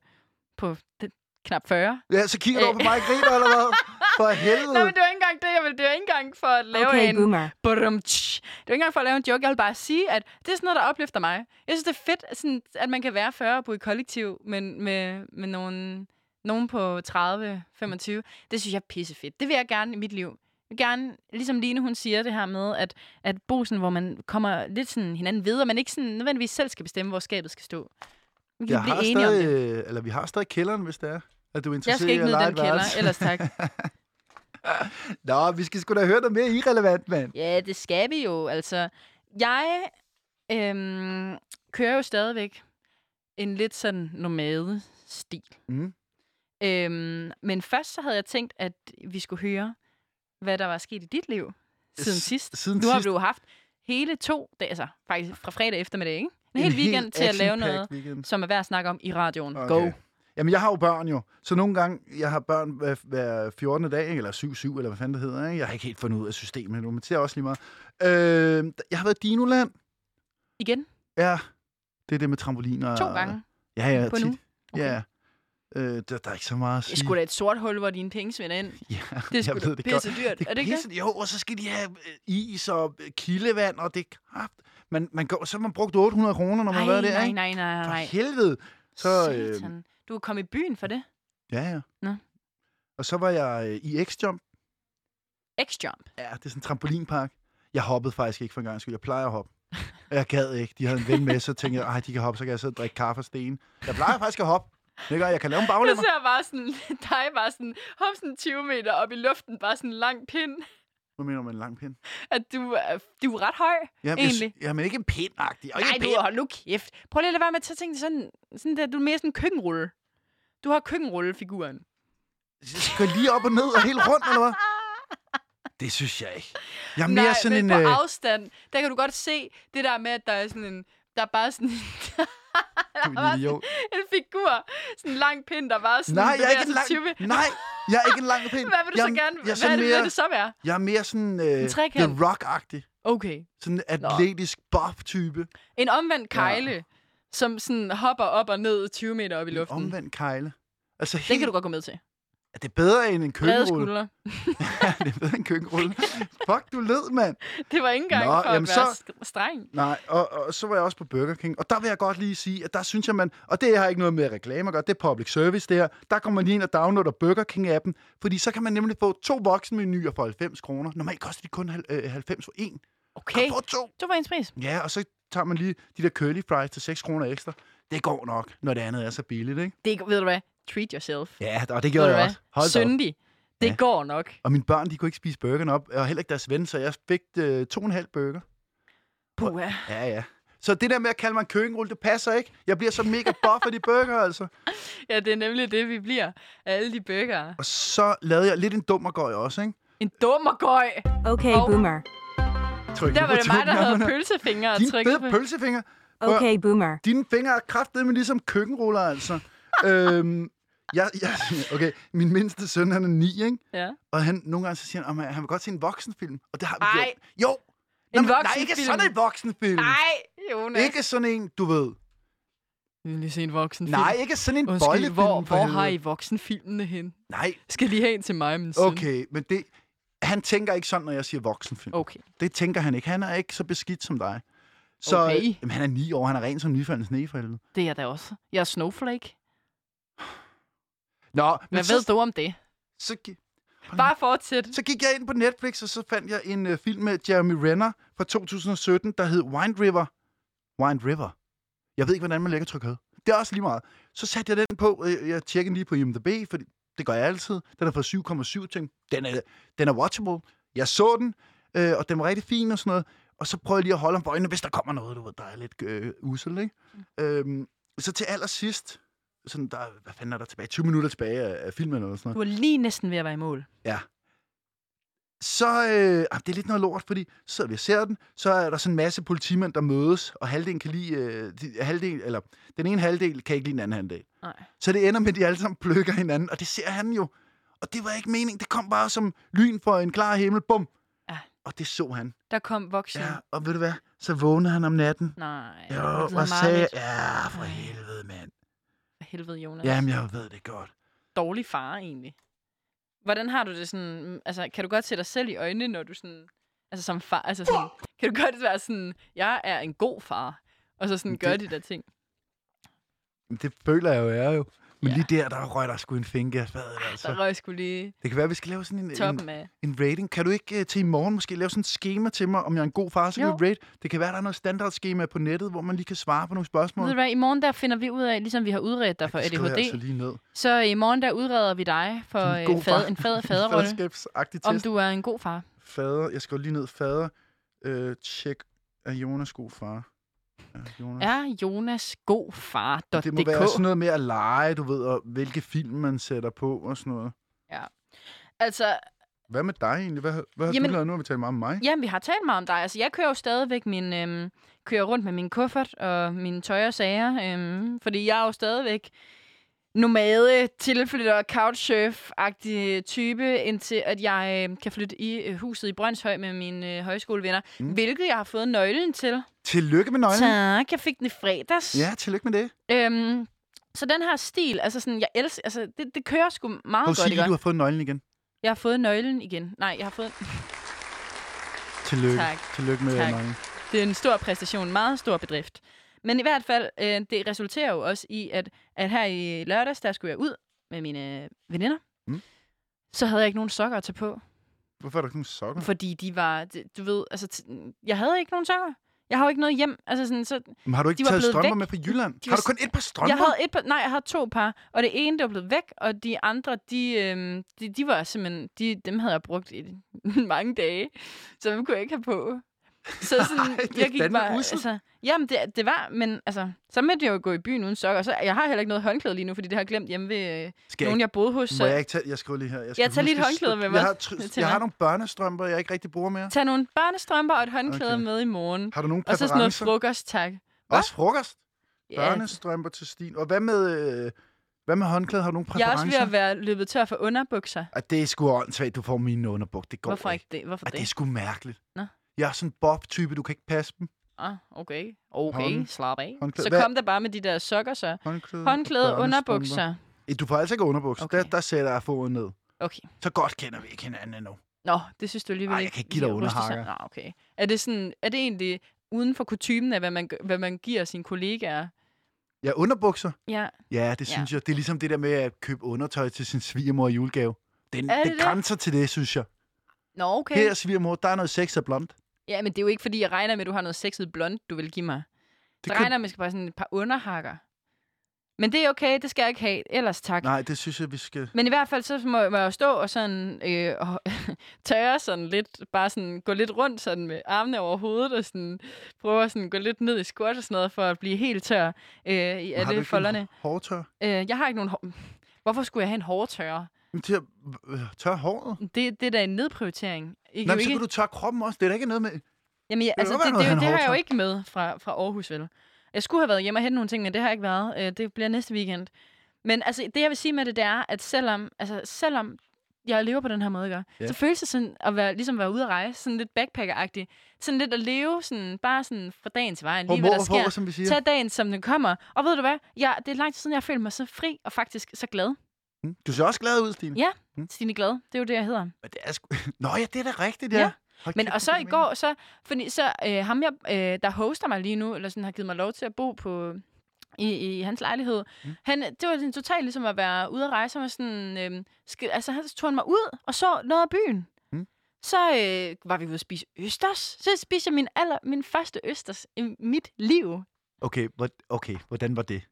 Speaker 2: på det, knap 40.
Speaker 1: Ja, så kigger du over på mig og griner, eller hvad? For helvede.
Speaker 2: Nej, Øh. men det var ikke engang det, jeg ville. Det var ikke engang for at lave
Speaker 4: Okay,
Speaker 2: en...
Speaker 4: boomer.
Speaker 2: Badum, tsch. Det er jo ikke engang for at lave en joke. Jeg vil bare sige, at det er sådan noget, der opløfter mig. Jeg synes, det er fedt, sådan, at man kan være 40 og bo i kollektiv, men med, med nogen, nogen på 30-25. Det synes jeg er pissefedt. Det vil jeg gerne i mit liv. Jeg vil gerne, ligesom Line hun siger det her med, at, at bo sådan, hvor man kommer lidt sådan hinanden videre, men ikke sådan nødvendigvis selv skal bestemme, hvor skabet skal stå. Vi kan
Speaker 1: jeg
Speaker 2: blive
Speaker 1: har
Speaker 2: enige om det.
Speaker 1: stadig, eller vi har stadig kælderen, hvis det er. At du er
Speaker 2: Jeg
Speaker 1: interesseret
Speaker 2: skal
Speaker 1: i
Speaker 2: ikke
Speaker 1: at
Speaker 2: nyde
Speaker 1: lege
Speaker 2: den
Speaker 1: et
Speaker 2: kælder,
Speaker 1: værelse.
Speaker 2: ellers tak.
Speaker 1: Nå, vi skal sgu da høre noget mere irrelevant, mand.
Speaker 2: Ja, det skal vi jo. Altså, jeg øhm, kører jo stadigvæk en lidt sådan nomade-stil.
Speaker 1: Mm.
Speaker 2: Øhm, men først så havde jeg tænkt, at vi skulle høre, hvad der var sket i dit liv siden
Speaker 1: S-
Speaker 2: sidst.
Speaker 1: siden
Speaker 2: nu har
Speaker 1: sidst.
Speaker 2: du jo haft hele to dage, altså faktisk fra fredag eftermiddag, ikke? En, hel weekend til at lave
Speaker 1: action-packed
Speaker 2: noget,
Speaker 1: Weekend.
Speaker 2: som er værd at snakke om i radioen.
Speaker 1: Okay.
Speaker 2: Go.
Speaker 1: Jamen, jeg har jo børn jo, så nogle gange, jeg har børn hver, hver 14. dag, ikke? eller 7-7, eller hvad fanden det hedder. Ikke? Jeg har ikke helt fundet ud af systemet nu, men det er også lige meget. Øh, jeg har været i Dinoland.
Speaker 2: Igen,
Speaker 1: Ja, det er det med trampoliner.
Speaker 2: to
Speaker 1: og-
Speaker 2: gange.
Speaker 1: Ja, ja,
Speaker 2: på
Speaker 1: tit.
Speaker 2: nu? Okay.
Speaker 1: Ja. Øh, der, der er ikke så meget at
Speaker 2: Det er
Speaker 1: sige.
Speaker 2: sgu da et sort hul, hvor dine penge svinder ind.
Speaker 1: Ja,
Speaker 2: Det er sgu
Speaker 1: jeg
Speaker 2: da
Speaker 1: ved det godt.
Speaker 2: pisse dyrt.
Speaker 1: Det
Speaker 2: er det ikke det?
Speaker 1: pisse, Jo, og så skal de have øh, is og øh, kildevand, og det er kraft. Man, man går, så har man brugt 800 kroner, når man har
Speaker 2: Ej,
Speaker 1: været der,
Speaker 2: nej,
Speaker 1: ikke?
Speaker 2: nej, nej, nej.
Speaker 1: For helvede. Så, øh,
Speaker 2: Satan. Du er kommet i byen for det.
Speaker 1: ja, ja.
Speaker 2: Nå.
Speaker 1: Og så var jeg øh, i X-Jump.
Speaker 2: X-Jump.
Speaker 1: Ja, det er sådan en trampolinpark. Jeg hoppede faktisk ikke for en gang skyld. Jeg plejer at hoppe. Og jeg gad ikke. De havde en ven med, så tænkte jeg, at de kan hoppe, så kan jeg sidde og drikke kaffe og sten. Jeg plejer faktisk at hoppe. Det gør, jeg kan lave en
Speaker 2: Du
Speaker 1: baglemmer.
Speaker 2: ser bare sådan, dig bare sådan, hop sådan 20 meter op i luften, bare sådan en lang pind,
Speaker 1: Hvad mener du med en lang pind?
Speaker 2: at du, er- du er ret høj,
Speaker 1: Ja, men,
Speaker 2: egentlig.
Speaker 1: jeg, ja, men ikke en pind-agtig. Og ikke
Speaker 2: Nej,
Speaker 1: en
Speaker 2: du
Speaker 1: pind.
Speaker 2: hold nu kæft. Prøv lige at lade være med at tage ting sådan, sådan der, du er mere sådan en køkkenrulle. Du har køkkenrullefiguren.
Speaker 1: Skal lige op og ned og helt rundt, eller hvad? Det synes jeg ikke. Jeg er mere
Speaker 2: Nej,
Speaker 1: sådan en...
Speaker 2: men på
Speaker 1: øh,
Speaker 2: afstand, der kan du godt se det der med, at der er sådan en, der er bare sådan,
Speaker 1: du er en
Speaker 2: der var
Speaker 1: idiot.
Speaker 2: en figur, sådan en lang pind, der bare sådan
Speaker 1: Nej, jeg er
Speaker 2: bevæger
Speaker 1: ikke en
Speaker 2: sig
Speaker 1: lang...
Speaker 2: 20 meter.
Speaker 1: Nej, jeg er ikke en lang pind.
Speaker 2: Hvad vil du
Speaker 1: jeg,
Speaker 2: så gerne,
Speaker 1: Jeg er
Speaker 2: hvad er
Speaker 1: sådan
Speaker 2: det,
Speaker 1: mere,
Speaker 2: hvad vil det så være?
Speaker 1: jeg er mere sådan... Øh,
Speaker 2: En trekant.
Speaker 1: The Rock-agtig.
Speaker 2: Okay.
Speaker 1: Sådan en atletisk buff-type.
Speaker 2: En omvendt kejle, ja. som sådan hopper op og ned 20 meter op i
Speaker 1: En
Speaker 2: luften. Omvendt.
Speaker 1: omvendt kejle. Altså, helt,
Speaker 2: Den kan du godt gå med til.
Speaker 1: er det bedre end en
Speaker 2: Brede
Speaker 1: køkkenrulle?
Speaker 2: skuldre.
Speaker 1: ja, det er bedre end en køkkenrulle. Fuck, du led, mand.
Speaker 2: Det var ikke engang
Speaker 1: Nå,
Speaker 2: Nå, for
Speaker 1: jamen
Speaker 2: at være
Speaker 1: så-
Speaker 2: så... streng.
Speaker 1: Nej, og, og, så var jeg også på Burger King. Og der vil jeg godt lige sige, at der synes jeg, man... Og det har ikke noget med reklame at gøre, det er public service, det her. Der kommer man lige ind og downloader Burger King-appen, fordi så kan man nemlig få to voksenmenuer for 90 kroner. Normalt koster de kun hal- øh, 90 for en.
Speaker 2: Okay,
Speaker 1: Og få to.
Speaker 2: det var ens pris.
Speaker 1: Ja, og så tager man lige de der curly fries til 6 kroner ekstra. Det går nok, når det andet er så billigt, ikke?
Speaker 2: Det, er- ved du hvad? Treat yourself.
Speaker 1: Ja, og det
Speaker 2: ved
Speaker 1: gjorde
Speaker 2: du
Speaker 1: jeg også. Hold da op.
Speaker 2: Syndig. Det
Speaker 1: Ja.
Speaker 2: ja. går nok.
Speaker 1: Og mine børn, de kunne ikke spise burgeren op, og heller ikke deres ven, så jeg fik øh, to og en halv burger.
Speaker 2: Puh, ja.
Speaker 1: Ja, ja. Så det der med at kalde mig en køkkenrulle, det passer ikke. Jeg bliver så mega buff af de burger, altså.
Speaker 2: ja, det er nemlig det, vi bliver. Alle de bøger.
Speaker 1: Og så lavede jeg lidt en dummergøj også, ikke?
Speaker 2: En dummergøj.
Speaker 4: Okay,
Speaker 2: Oh.
Speaker 4: boomer.
Speaker 1: Tryk
Speaker 2: Der var det mig, der havde
Speaker 1: pølsefingre.
Speaker 2: pølsefingre og
Speaker 1: Dine
Speaker 2: trykket
Speaker 1: fede
Speaker 2: på.
Speaker 1: pølsefinger. Prøv at-
Speaker 4: Okay, boomer.
Speaker 1: Dine fingre er kraftedeme ligesom køkkenruller, altså. øhm, jeg, jeg, okay, min mindste søn, han er ni, ikke?
Speaker 2: Ja.
Speaker 1: Og han, nogle gange så siger han, at han vil godt se en voksenfilm. Og det har vi
Speaker 2: Ej.
Speaker 1: gjort. Jo.
Speaker 2: En
Speaker 1: men- Nej, ikke
Speaker 2: voksenfilm.
Speaker 1: sådan en voksenfilm.
Speaker 2: Nej, Jonas.
Speaker 1: Ikke sådan en, du ved.
Speaker 2: Vi vil lige se en voksenfilm.
Speaker 1: Nej, ikke sådan en
Speaker 2: Undskyld,
Speaker 1: bollefilm
Speaker 2: hvor,
Speaker 1: for
Speaker 2: hvor har
Speaker 1: helvede.
Speaker 2: I voksenfilmene hen?
Speaker 1: Nej,
Speaker 2: Skal lige have en til mig, min søn.
Speaker 1: okay, men det... Han tænker ikke sådan, når jeg siger voksenfilm.
Speaker 2: Okay.
Speaker 1: Det tænker han ikke. Han er ikke så beskidt som dig. Så,
Speaker 2: Okay.
Speaker 1: Jamen, han er ni år. Han er ren som nyfaldet sne for helvede.
Speaker 2: Det er jeg da også. Jeg er Snowflake.
Speaker 1: Nå, men
Speaker 2: Hvad
Speaker 1: så,
Speaker 2: ved du om det?
Speaker 1: Så, gi-
Speaker 2: Bare fortsæt.
Speaker 1: så gik jeg ind på Netflix, og så fandt jeg en uh, film med Jeremy Renner fra 2017, der hed Wind River. Wind River. Jeg ved ikke, hvordan man lægger tryk hed. Det er også lige meget. Så satte jeg den på. øh, Jeg tjekkede den lige på IMDb, for det gør jeg altid. Den er fra 7,7 ting. Den er, den er watchable. Jeg så den, øh, og den var rigtig fin og sådan noget. Og så prøvede jeg lige at holde om for øjnene, hvis der kommer noget, du ved, der er lidt øh, usel, ikke? Øhm, så til allersidst, sådan der, hvad fanden er der tilbage? 20 minutter tilbage af, af filmen eller sådan noget
Speaker 2: Du er lige næsten ved at være i mål.
Speaker 1: så øh, ah, det er lidt noget lort, fordi så sidder vi og ser den, så er der sådan en masse politimænd, der mødes, og halvdelen kan lide, øh, de, halvdelen, eller den ene halvdel kan ikke lide den anden halvdel.
Speaker 2: Nej.
Speaker 1: Så det ender med, at de alle sammen pløkker hinanden, og det ser han jo. Og det var ikke meningen, det kom bare som lyn for en klar himmel, bum.
Speaker 2: Ja.
Speaker 1: Og det så han.
Speaker 2: Der kom voksen.
Speaker 1: Ja, og ved du hvad, så vågnede han om natten.
Speaker 2: Nej.
Speaker 1: Jo,
Speaker 2: det lyder
Speaker 1: og
Speaker 2: meget
Speaker 1: sagde,
Speaker 2: lidt.
Speaker 1: ja, for
Speaker 2: Ej.
Speaker 1: helvede, mand.
Speaker 2: For helvede, Jonas.
Speaker 1: Jamen, jeg ved det godt.
Speaker 2: Dårlig far, egentlig. Hvordan har du det sådan... mm, Altså, kan du godt se dig selv i øjnene, når du sådan... Altså, som far... Altså, sådan, kan du godt være sådan... Jeg er en god far. Og så sådan
Speaker 1: Men
Speaker 2: gør
Speaker 1: det-
Speaker 2: de der ting.
Speaker 1: Men det føler jeg jo, jeg er jo. Men
Speaker 2: Ja.
Speaker 1: ja. lige der, der røg der sgu en finger af fadet, altså.
Speaker 2: Der røg skulle lige
Speaker 1: Det kan være, vi skal lave sådan en, en,
Speaker 2: toppen af...
Speaker 1: en rating. Kan du ikke uh, til i morgen måske lave sådan et schema til mig, om jeg er en god far, så kan
Speaker 2: Jo.
Speaker 1: vi rate? Det kan være, der er noget standardskema på nettet, hvor man lige kan svare på nogle spørgsmål.
Speaker 2: Ved du hvad, i morgen der finder vi ud af, ligesom vi har udredt dig for
Speaker 1: Det skriver jeg
Speaker 2: ADHD,
Speaker 1: altså lige ned.
Speaker 2: så i morgen der udreder vi dig for
Speaker 1: Sådan en
Speaker 2: en,
Speaker 1: god
Speaker 2: fad,
Speaker 1: far.
Speaker 2: en fad, faderrolle,
Speaker 1: Faderskabsagtig
Speaker 2: om
Speaker 1: test. Du...
Speaker 2: du er en god far.
Speaker 1: Fader, jeg skriver lige ned. Fader, øh, tjek, er Jonas god far? Er Jonas?
Speaker 2: Er Jonas god far?
Speaker 1: Mm. Det må være sådan noget med at lege, du ved, og hvilke film man sætter på og sådan noget.
Speaker 2: Altså,
Speaker 1: Hvad med dig egentlig? Hvad, hvad har
Speaker 2: Jamen-
Speaker 1: Jamen... du lavet nu? Har vi talt meget om mig?
Speaker 2: Jamen, vi har talt meget om dig. Altså, jeg kører jo stadigvæk min, øhm, kører rundt med min kuffert og mine tøj og sager, øhm, fordi jeg er jo stadigvæk nomade, tilflytter, couchsurf-agtig type, indtil at jeg øh, kan flytte i øh, huset i Brøndshøj med mine øh, højskolevenner, mm.
Speaker 1: Mm.
Speaker 2: hvilket jeg har fået nøglen til.
Speaker 1: Tillykke med nøglen.
Speaker 2: Tak, jeg fik den i fredags.
Speaker 1: Ja, tillykke med det.
Speaker 2: Øhm, så den her stil, altså sådan, jeg elsker, altså det, det kører sgu meget
Speaker 1: Prøv at
Speaker 2: godt,
Speaker 1: sige,
Speaker 2: ikke?
Speaker 1: at du har fået nøglen igen.
Speaker 2: Jeg har fået nøglen igen. Nej, jeg har fået...
Speaker 1: Tillykke.
Speaker 2: Tak.
Speaker 1: Tillykke med
Speaker 2: Tak.
Speaker 1: nøglen.
Speaker 2: Det er en stor præstation, en meget stor bedrift. Men i hvert fald, øh, det resulterer jo også i, at, at her i lørdags, der skulle jeg ud med mine veninder. Mm.
Speaker 1: Mm.
Speaker 2: Så havde jeg ikke nogen sokker at tage på,
Speaker 1: Hvorfor er der ikke nogen sokker?
Speaker 2: fordi de var, det- du ved, altså, t- jeg havde ikke nogen sokker. Jeg har jo ikke noget hjem. Altså sådan, så
Speaker 1: Men har du ikke
Speaker 2: De var
Speaker 1: taget
Speaker 2: blevet
Speaker 1: strømper
Speaker 2: væk.
Speaker 1: med fra Jylland?
Speaker 2: De
Speaker 1: har
Speaker 2: var
Speaker 1: du kun et par strømper?
Speaker 2: jeg havde et par, nej, jeg havde to par, og det ene, det var blevet væk, og de andre, de, øhm, de, de var simpelthen, de, dem havde jeg brugt i mange dage, så dem kunne jeg ikke have på. Så sådan,
Speaker 1: Ej, det er
Speaker 2: jeg gik
Speaker 1: fandme
Speaker 2: bare,
Speaker 1: usselt.
Speaker 2: altså, jamen, det, det var, men altså, så måtte jeg jo gå i byen uden sokker, og så, jeg har heller ikke noget håndklæde lige nu, fordi det har jeg glemt hjemme ved øh,
Speaker 1: Skal jeg
Speaker 2: nogen, jeg boede hos,
Speaker 1: ikke, må jeg
Speaker 2: så
Speaker 1: ikke tage... Jeg skriver lige her. Jeg,
Speaker 2: Jeg tager lige et
Speaker 1: huske at-
Speaker 2: håndklæde med mig
Speaker 1: Jeg har,
Speaker 2: til
Speaker 1: tr- jeg har
Speaker 2: mig.
Speaker 1: nogle børnestrømper, jeg ikke rigtig bruger mere.
Speaker 2: tag nogle børnestrømper og et håndklæde
Speaker 1: Okay.
Speaker 2: med i morgen,
Speaker 1: Har du nogle
Speaker 2: og så
Speaker 1: præferencer?
Speaker 2: sådan noget frokost, tak. Hva?
Speaker 1: Også frokost?
Speaker 2: Ja,
Speaker 1: Børnestrømper til Stine. Og hvad med, øh, hvad med håndklæde? Har du nogle
Speaker 2: jeg er også
Speaker 1: præferencer?
Speaker 2: ved at være løbet tør for underbukser.
Speaker 1: at det er sgu åndssvagt, du får mine underbuk. Det går
Speaker 2: Hvorfor
Speaker 1: ikke.
Speaker 2: ikke det? Hvorfor
Speaker 1: Ej, det er
Speaker 2: det?
Speaker 1: sgu mærkeligt.
Speaker 2: Nå.
Speaker 1: Jeg er sådan en bob-type, du kan ikke passe dem.
Speaker 2: Ah, okay. Okay,
Speaker 1: Hånd-
Speaker 2: slap af.
Speaker 1: håndklæde.
Speaker 2: Så
Speaker 1: Hvad-
Speaker 2: kom der bare med de der sokker så.
Speaker 1: Håndklæde,
Speaker 2: Håndklæde,
Speaker 1: børnestrømper.
Speaker 2: underbukser.
Speaker 1: Eh, Du får altså ikke underbukser.
Speaker 2: Okay.
Speaker 1: Der, der sætter jeg foden ned.
Speaker 2: Okay.
Speaker 1: Så godt kender vi ikke hinanden endnu.
Speaker 2: Nå, det synes du alligevel
Speaker 1: Ej, jeg
Speaker 2: ikke
Speaker 1: kan ikke give dig
Speaker 2: lige ruster sig.
Speaker 1: underhakker.
Speaker 2: Nå, okay. Er det, sådan, er det egentlig uden for kutumen af, hvad man, gø- hvad man giver sine kollegaer?
Speaker 1: Ja, underbukser.
Speaker 2: Ja.
Speaker 1: Ja, det
Speaker 2: Ja.
Speaker 1: synes jeg. Det er ligesom det der med at købe undertøj til sin svigermor i julegave. Den,
Speaker 2: Er
Speaker 1: det,
Speaker 2: det
Speaker 1: det
Speaker 2: det?
Speaker 1: grænser til det, synes jeg.
Speaker 2: Nå,
Speaker 1: Okay.
Speaker 2: okay.
Speaker 1: Her, svigermor, der er noget sex og blond.
Speaker 2: Ja, men det er jo ikke, fordi jeg regner med, at du har noget sexet blond, du vil give mig. Det
Speaker 1: Det
Speaker 2: jeg regner med, at jeg skal bare sådan et par underhakker. Men det er okay, det skal jeg ikke have. Ellers tak.
Speaker 1: Nej, det synes jeg, vi skal...
Speaker 2: Men i hvert fald, så må, må jeg jo stå og sådan øh, og tørre sådan lidt, bare sådan gå lidt rundt sådan med armene over hovedet, og sådan prøve at sådan gå lidt ned i squat og sådan noget, for at blive helt tør øh, i
Speaker 1: Har du ikke
Speaker 2: alle
Speaker 1: en
Speaker 2: folderne.
Speaker 1: Hårtør.
Speaker 2: Øh, jeg har ikke nogen hår... Hvorfor skulle jeg have en hårtørrer?
Speaker 1: Men til at øh, tørre håret.
Speaker 2: Det, det er da en nedprioritering.
Speaker 1: Nå,
Speaker 2: I kan
Speaker 1: men
Speaker 2: jo
Speaker 1: så
Speaker 2: ikke...
Speaker 1: kan du tørre kroppen også. Det er da ikke noget med...
Speaker 2: Jamen, jeg,
Speaker 1: Det
Speaker 2: altså,
Speaker 1: kan godt
Speaker 2: det,
Speaker 1: være
Speaker 2: det, det,
Speaker 1: noget,
Speaker 2: det
Speaker 1: han
Speaker 2: har jeg jo
Speaker 1: overtager.
Speaker 2: ikke med fra, fra Aarhus, vel? Jeg skulle have været hjemme og hente nogle ting, men det har jeg ikke været. Øh, Det bliver næste weekend. Men altså, det, jeg vil sige med det, det er, at selvom, altså, selvom jeg lever på den her måde, ikke?
Speaker 1: Ja.
Speaker 2: Yeah. Så føles det sådan at være, ligesom at være ude at rejse, sådan lidt backpacker-agtigt. Sådan lidt at leve sådan, bare sådan fra dagen til vejen, lige hvad der
Speaker 1: Humor på,
Speaker 2: sker.
Speaker 1: som vi siger.
Speaker 2: Tag dagen, som den kommer. Og ved du hvad? Jeg, det er lang tid siden, jeg har følt mig så fri og faktisk så glad.
Speaker 1: Mm. Du ser også glad ud, Stine.
Speaker 2: Ja. Stine Glad, det er jo det, jeg hedder.
Speaker 1: Men det er sgu... Nå ja, det er da rigtigt, ja.
Speaker 2: Ja.
Speaker 1: Hold
Speaker 2: Men
Speaker 1: kæft,
Speaker 2: og
Speaker 1: det
Speaker 2: så
Speaker 1: giver
Speaker 2: i
Speaker 1: mening.
Speaker 2: går, så, fordi så øh, ham, jeg, øh, der hoster mig lige nu, eller sådan har givet mig lov til at bo på i, i hans lejlighed.
Speaker 1: Mm.
Speaker 2: Mm. Han, det var sådan totalt ligesom at være ude at rejse, og sådan, øh, skal, altså han tog han mig ud og så noget af byen.
Speaker 1: Mm.
Speaker 2: Mm. Så øh, var vi ude at spise østers. Så spiste jeg min, aller, min første østers i mit liv.
Speaker 1: Okay, hvor, okay, hvordan var det?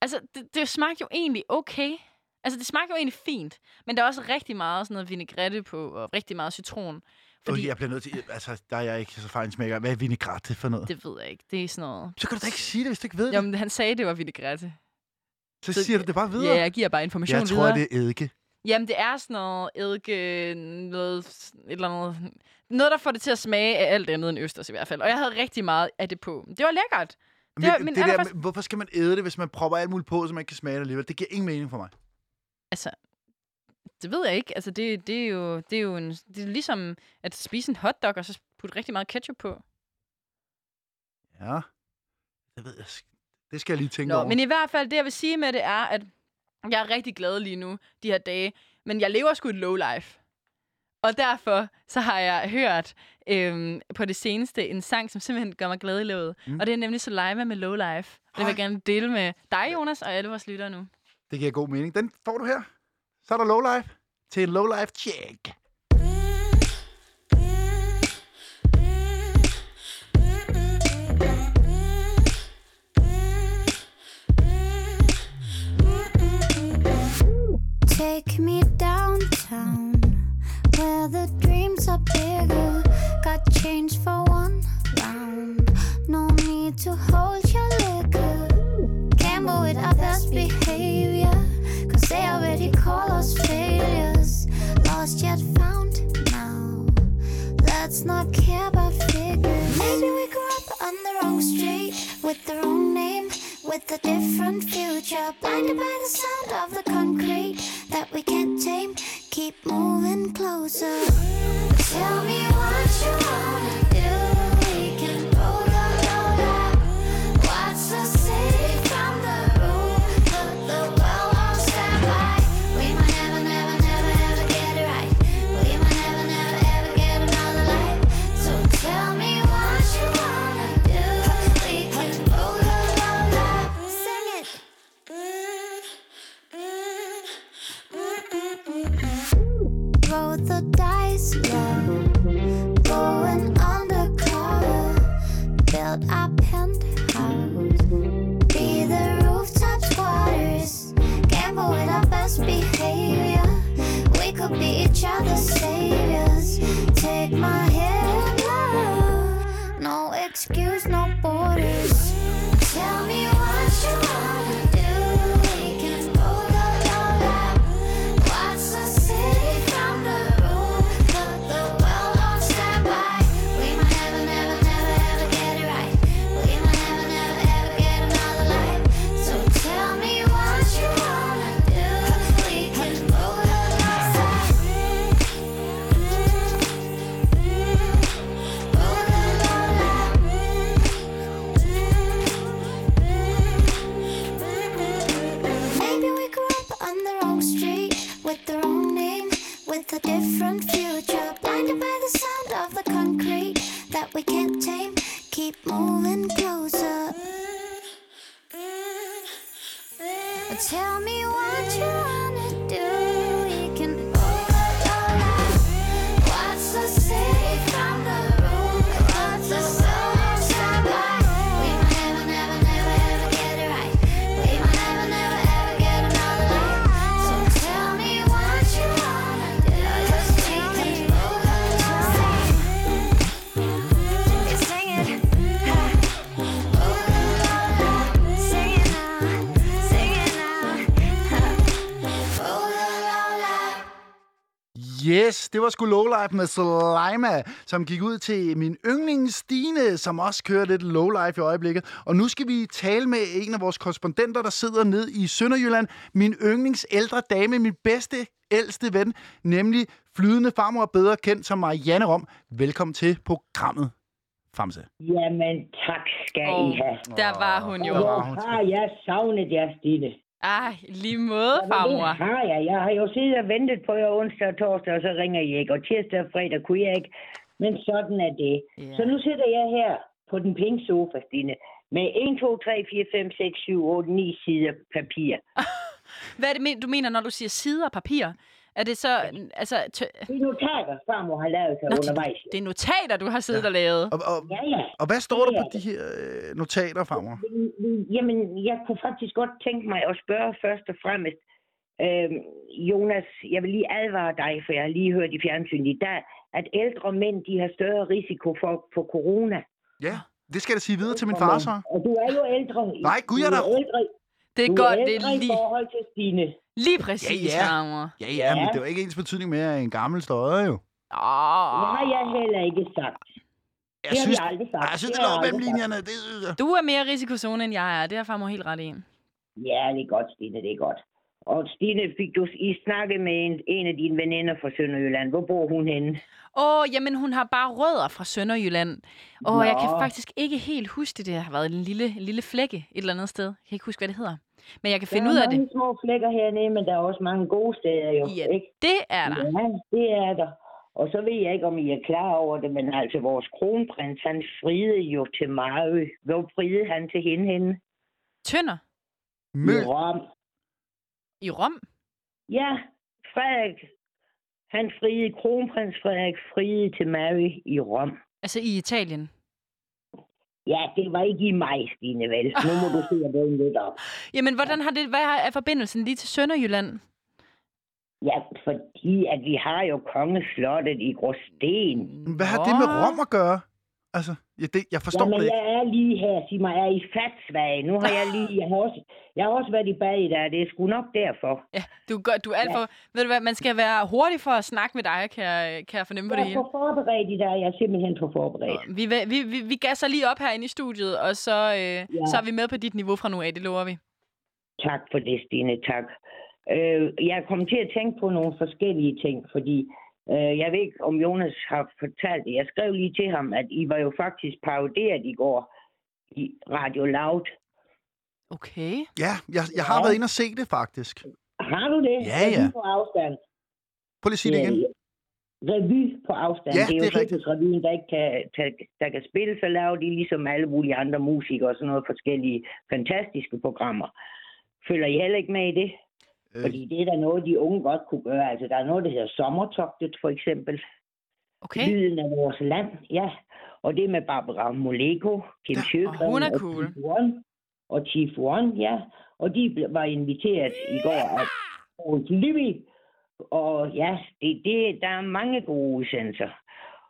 Speaker 2: Altså, det, det smagte jo egentlig okay. Altså, det smagte jo egentlig fint. Men der er også rigtig meget sådan noget vinaigrette på, og rigtig meget citron.
Speaker 1: Fordi...
Speaker 2: Fordi,
Speaker 1: Jeg bliver nødt til... Altså, der er jeg ikke så fejnsmækker. Hvad er vinaigrette til for noget? Det...
Speaker 2: det ved jeg ikke, det er sådan noget
Speaker 1: Så kan du da ikke sige det, hvis du ikke ved det.
Speaker 2: Jamen, han sagde, det var vinaigrette.
Speaker 1: Så
Speaker 2: så-
Speaker 1: siger du det bare videre.
Speaker 2: Ja, jeg giver bare information
Speaker 1: jeg tror,
Speaker 2: videre.
Speaker 1: det er eddike.
Speaker 2: Jamen, det er sådan noget eddike, noget, et eller andet. Noget, der får det til at smage af alt andet end østers i hvert fald. Og jeg havde rigtig meget af det på. Det var lækkert.
Speaker 1: Men,
Speaker 2: var
Speaker 1: det,
Speaker 2: min
Speaker 1: det der,
Speaker 2: allerførste-
Speaker 1: med, hvorfor skal man æde det, hvis man propper alt muligt på, så man ikke kan smage det alligevel? Det giver ingen mening for mig.
Speaker 2: Det ved jeg ikke. Altså, det, det, er, jo, det er jo en, det er ligesom at spise en hotdog, og så putte rigtig meget ketchup på.
Speaker 1: Ja. Det ved jeg. sk- Det skal jeg lige tænke
Speaker 2: Nå,
Speaker 1: over.
Speaker 2: men i hvert fald, det jeg vil sige med det er, at jeg er rigtig glad lige nu, de her dage. Men jeg lever sgu et low life. Og derfor så har jeg hørt øhm, på det seneste en sang, som simpelthen gør mig glad i livet.
Speaker 1: Mm.
Speaker 2: Mm. Og det er nemlig Saliva med Low Life. Det vil
Speaker 1: Hej.
Speaker 2: jeg gerne dele med dig, Jonas, og alle vores lyttere nu.
Speaker 1: Det giver god mening. Den får du her. Så er der lowlife til en lowlife check.
Speaker 4: Take me downtown where the dreams are bigger. Got change for one round. No need to hold your liquor. Gamble with our best behavior. Cause they already call us failures. Lost yet found now. Let's not care about figures. Maybe we grew up on the wrong street with the wrong name, with a different future. Blinded by the sound of the concrete that we can't tame. Keep moving closer. Tell me what you wanna do. We can roll the road up. Watch the city from the roof. Put the world on standby. We might never, never, never, ever get it right. We might never, never, ever get another life. So tell me what you wanna do. We can roll the road up. Sing it. Roll the dice, love. Going undercover. Build our penthouse. Be the rooftop squatters. Gamble with our best behavior. We could be each other's saviors. Take my hand, love. No excuse, no borders. Tell me what you wanna do. We can roll the road up. Watch the city from the roof. Put the world on standby. We might never, never, never, ever get it right. We might never, never, ever get another life. So tell me what you wanna do. We can roll the road up. Roll the road up. Maybe we grew up on the wrong street with the wrong name, with a different future. Blinded by the sound of the concrete that we can't tame. Keep moving closer. Tell me what you wanna do. We can roll the road up. Watch the city from the roof. Watch the stars shine by. We might never, never, never, ever get it right. We might never, never, ever get another life. So tell me what you wanna do. Just take me roll the road up. Sing it. Roll the road up. Sing it now. Sing it now. Roll the road up.
Speaker 1: Yes, det var sgu lowlife med Slima, som gik ud til min yndling Stine, som også kører lidt lowlife i øjeblikket. Og nu skal vi tale med en af vores korrespondenter, der sidder ned i Sønderjylland. Min yndlings ældre dame, min bedste ældste ven, nemlig flydende farmor, bedre kendt som Marianne Rom. Velkommen til programmet, Famse.
Speaker 5: Jamen, tak skal
Speaker 2: Åh,
Speaker 5: I have.
Speaker 2: der var hun jo.
Speaker 1: der var
Speaker 5: Hvor
Speaker 1: hun.
Speaker 5: har jeg savnet jer, Stine?
Speaker 2: Ej, lige måde,
Speaker 5: Jamen,
Speaker 2: farmor.
Speaker 5: Det har jeg. Jeg har jo siddet og ventet på jer onsdag og torsdag, og så ringer I ikke. Og tirsdag og fredag kunne jeg ikke. Men sådan er det.
Speaker 2: Ja.
Speaker 5: Så nu sidder jeg her på den pink sofa, Stine, med 1, 2, 3, 4, 5, 6, 7, 8, 9 sider papir.
Speaker 2: Hvad er det, men- du mener, når du siger sider og papir? Er det så... Altså, tø-
Speaker 5: Det er notater, farmor har lavet sig
Speaker 2: Nå,
Speaker 5: undervejs.
Speaker 2: det er notater, du har siddet og lavet.
Speaker 1: Og, og,
Speaker 5: Ja, ja.
Speaker 1: og hvad står der på de her øh, notater, farmor?
Speaker 5: Jamen, jeg kunne faktisk godt tænke mig at spørge først og fremmest, øh, Jonas, jeg vil lige advare dig, for jeg har lige hørt i fjernsynet i dag, at ældre mænd, de har større risiko for, for corona.
Speaker 1: Ja, det skal jeg da sige videre til min far, så.
Speaker 5: Og du er jo ældre.
Speaker 1: Nej, gud, jeg er
Speaker 5: du
Speaker 1: da-
Speaker 5: ældre,
Speaker 2: Det er
Speaker 5: du
Speaker 2: godt,
Speaker 5: er
Speaker 2: det
Speaker 5: ældre
Speaker 2: er
Speaker 5: i
Speaker 2: lige,
Speaker 5: forhold til Stine.
Speaker 2: lige præcis,
Speaker 1: Ja, ja.
Speaker 2: farmor.
Speaker 1: Ja, ja, men
Speaker 5: Ja.
Speaker 1: det var ikke ens betydning med, at en gammel støder jo.
Speaker 5: Det
Speaker 2: Åh.
Speaker 5: har jeg heller ikke sagt.
Speaker 1: Ah. Jeg
Speaker 5: Det har
Speaker 1: synes,
Speaker 5: vi aldrig
Speaker 1: Ej,
Speaker 5: sagt.
Speaker 1: jeg synes, det
Speaker 5: har
Speaker 1: lå
Speaker 5: jeg
Speaker 1: mellem
Speaker 5: aldrig sagt.
Speaker 1: linjerne. Det synes jeg.
Speaker 2: Du er mere risikozone, end jeg er. Det har farmor helt ret i.
Speaker 5: Ja, det er godt, Stine, det er godt. Og Stine, fik du i snakke med en, en af dine veninder fra Sønderjylland. Hvor bor hun henne?
Speaker 2: Åh, jamen hun har bare rødder fra Sønderjylland. Åh, jeg kan
Speaker 5: Nå.
Speaker 2: faktisk ikke helt huske det. Det har været en lille, en lille flække et eller andet sted. Jeg kan ikke huske, hvad det hedder. Men jeg kan finde
Speaker 5: der
Speaker 2: ud
Speaker 5: er
Speaker 2: af det.
Speaker 5: mange små flækker hernede, men der er også mange gode steder jo.
Speaker 2: Ja,
Speaker 5: ikke?
Speaker 2: det er der.
Speaker 5: ja, det er der. Og så ved jeg ikke, om I er klar over det, men altså vores kronprins, han friede jo til Marø. Hvor friede han til hende henne?
Speaker 2: Tønder
Speaker 1: Møl.
Speaker 5: I Rom.
Speaker 2: i Rom.
Speaker 5: Ja, Frederik. Han friede, kronprins Frederik friede til Marø i Rom.
Speaker 2: Altså i Italien.
Speaker 5: Ja, det var ikke i mig, Stine, vel? Nu må du se at vågne lidt op.
Speaker 2: Jamen, hvordan har det, hvad er forbindelsen lige til Sønderjylland?
Speaker 5: Ja, fordi at vi har jo kongeslottet i Gråsten.
Speaker 1: Hvad har det med Rom at gøre? Altså, ja, det, jeg forstår
Speaker 5: Jamen,
Speaker 1: det ikke.
Speaker 5: jeg er lige her, sig mig, jeg er i fatsvage. Nu har jeg lige, jeg har også, jeg har også været i bad i dag, det er sgu nok derfor.
Speaker 2: Ja, du, er godt- du er alt for... Ved du hvad, man skal være hurtig for at snakke med dig, kan jeg, kan jeg fornemme på det
Speaker 5: Jeg er
Speaker 2: hele.
Speaker 5: for forberedt i dag, jeg er simpelthen for forberedt.
Speaker 2: Vi, vi, vi, vi gasser lige op herinde i studiet, og så, øh, ja. så er vi med på dit niveau fra nu af, det lover vi.
Speaker 5: Tak for det, Stine, tak. Øh, jeg kom til at tænke på nogle forskellige ting, fordi øh, jeg ved ikke, om Jonas har fortalt det. Jeg skrev lige til ham, at I var jo faktisk paroderet i går i Radio Loud.
Speaker 2: Okay.
Speaker 1: Ja, jeg, jeg har
Speaker 5: Ja.
Speaker 1: været inde og se det, faktisk.
Speaker 5: Har du det?
Speaker 1: Ja, ja.
Speaker 5: Revy på afstand.
Speaker 1: Prøv lige at sige det igen.
Speaker 5: Øh, Revy på afstand.
Speaker 1: Ja,
Speaker 5: det er
Speaker 1: det
Speaker 5: jo
Speaker 1: er rigtigt.
Speaker 5: cirkusrevyen, der ikke kan, der, der kan spille, så laver de ligesom alle mulige andre musikere og sådan noget forskellige fantastiske programmer. Følger I heller ikke med i det?
Speaker 1: Øh,
Speaker 5: Fordi det er da noget, de unge godt kunne gøre. Altså, der er noget, der hedder sommertogtet, for eksempel.
Speaker 2: Okay.
Speaker 5: Lyden af vores land, ja. Og det er med Barbara Moleko, Kim
Speaker 1: Ja,
Speaker 5: ja,
Speaker 1: og
Speaker 5: Sjøgren,
Speaker 2: hun er
Speaker 5: og
Speaker 2: cool.
Speaker 5: Chief One, og Chief One, ja. Og de ble- var inviteret i går af Poul Libby. Og ja, det, det, der er mange gode udsendelser.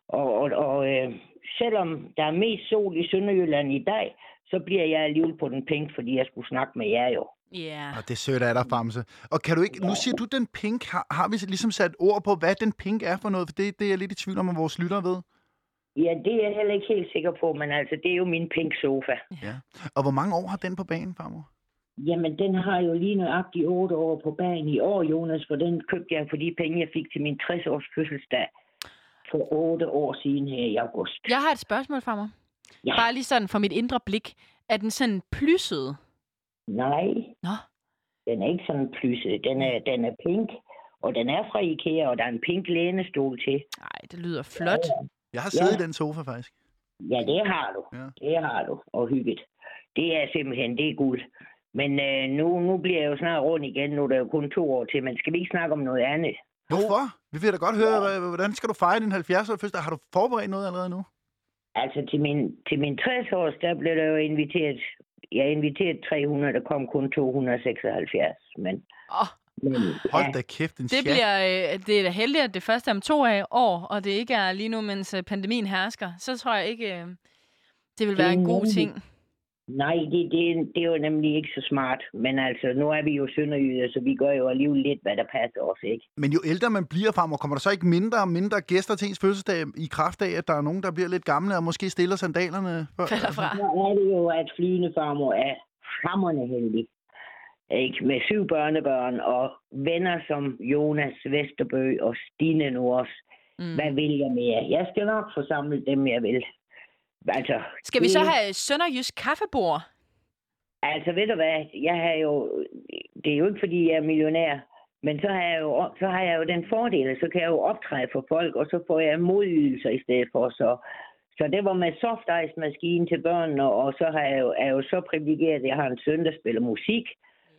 Speaker 5: Og, og, og øh, selvom der er mest sol i Sønderjylland i dag, så bliver jeg alligevel på den pink, fordi jeg skulle snakke med jer jo.
Speaker 2: Ja.
Speaker 1: og det er sødt af dig, Famse. Og kan du ikke... Nu siger du, den pink... Har, har vi ligesom sat ord på, hvad den pink er for noget? For det, det er jeg lidt i tvivl om, om vores lyttere ved.
Speaker 5: Ja, det er jeg heller ikke helt sikker på, men altså, det er jo min pink sofa.
Speaker 1: Og hvor mange år har den på banen, farmor?
Speaker 5: Jamen, den har jo lige nøjagtigt otte år på bagen i år, Jonas, for den købte jeg for de penge, jeg fik til min 60-års fødselsdag for otte år siden her i august.
Speaker 2: Jeg har et spørgsmål fra mig.
Speaker 5: Ja.
Speaker 2: Bare lige sådan for mit indre blik. Er den sådan plysset?
Speaker 5: Nej,
Speaker 2: Nå,
Speaker 5: den er ikke sådan plysset. Den er, den er pink, og den er fra Ikea, og der er en pink lænestol til.
Speaker 2: nej, det lyder flot.
Speaker 1: Jeg har siddet
Speaker 5: Ja.
Speaker 1: i den sofa, faktisk.
Speaker 5: Ja, det har du.
Speaker 1: Ja.
Speaker 5: Ja. Det har du, og hygget. Det er simpelthen, det er guld. Men øh, nu, nu bliver jeg jo snart rundt igen, nu er der jo kun to år til, men skal vi ikke snakke om noget andet?
Speaker 1: Hvorfor? Vi vil da godt høre, hvad- hvordan skal du fejre din 70 års fødselsdag? Har du forberedt noget allerede nu?
Speaker 5: Altså til min, til min 60-års, der blev der jo inviteret, jeg inviterede 300, der kom kun 276, men...
Speaker 2: Åh,
Speaker 5: men
Speaker 1: Hold da kæft, en
Speaker 2: det,
Speaker 1: chat.
Speaker 2: bliver, øh, det er da heldigt, at det første er om to af- år, og det ikke er lige nu, mens øh, pandemien hersker. Så tror jeg ikke, øh, det vil være en god
Speaker 5: Nemlig.
Speaker 2: ting.
Speaker 5: Nej, det, det, det er jo nemlig ikke så smart, men altså, nu er vi jo sønderjyder, så vi gør jo alligevel lidt, hvad der passer os, ikke?
Speaker 1: Men jo ældre man bliver, farmor, kommer der så ikke mindre og mindre gæster til ens fødselsdag i kraft af, at der er nogen, der bliver lidt gamle og måske stiller sandalerne? Før?
Speaker 2: Ah. Falder fra.
Speaker 5: Så er det jo, at flydende farmor er hammerne heldig. ikke? med syv børnebørn og venner som Jonas Vesterbø og Stine nu også. Mm. Hvad vil jeg mere? Jeg skal nok forsamle dem, jeg vil. Altså,
Speaker 2: Skal vi så
Speaker 5: det-
Speaker 2: have Sønderjysk kaffebord?
Speaker 5: Altså, ved du hvad? Jeg har jo... Det er jo ikke, fordi jeg er millionær. Men så har, jeg jo, så har jeg jo den fordel, at så kan jeg jo optræde for folk, og så får jeg modydelser i stedet for. Så, så det var med soft ice maskinen til børnene, og så har jeg jo, er jeg jo så privilegeret, at jeg har en søn, der spiller musik.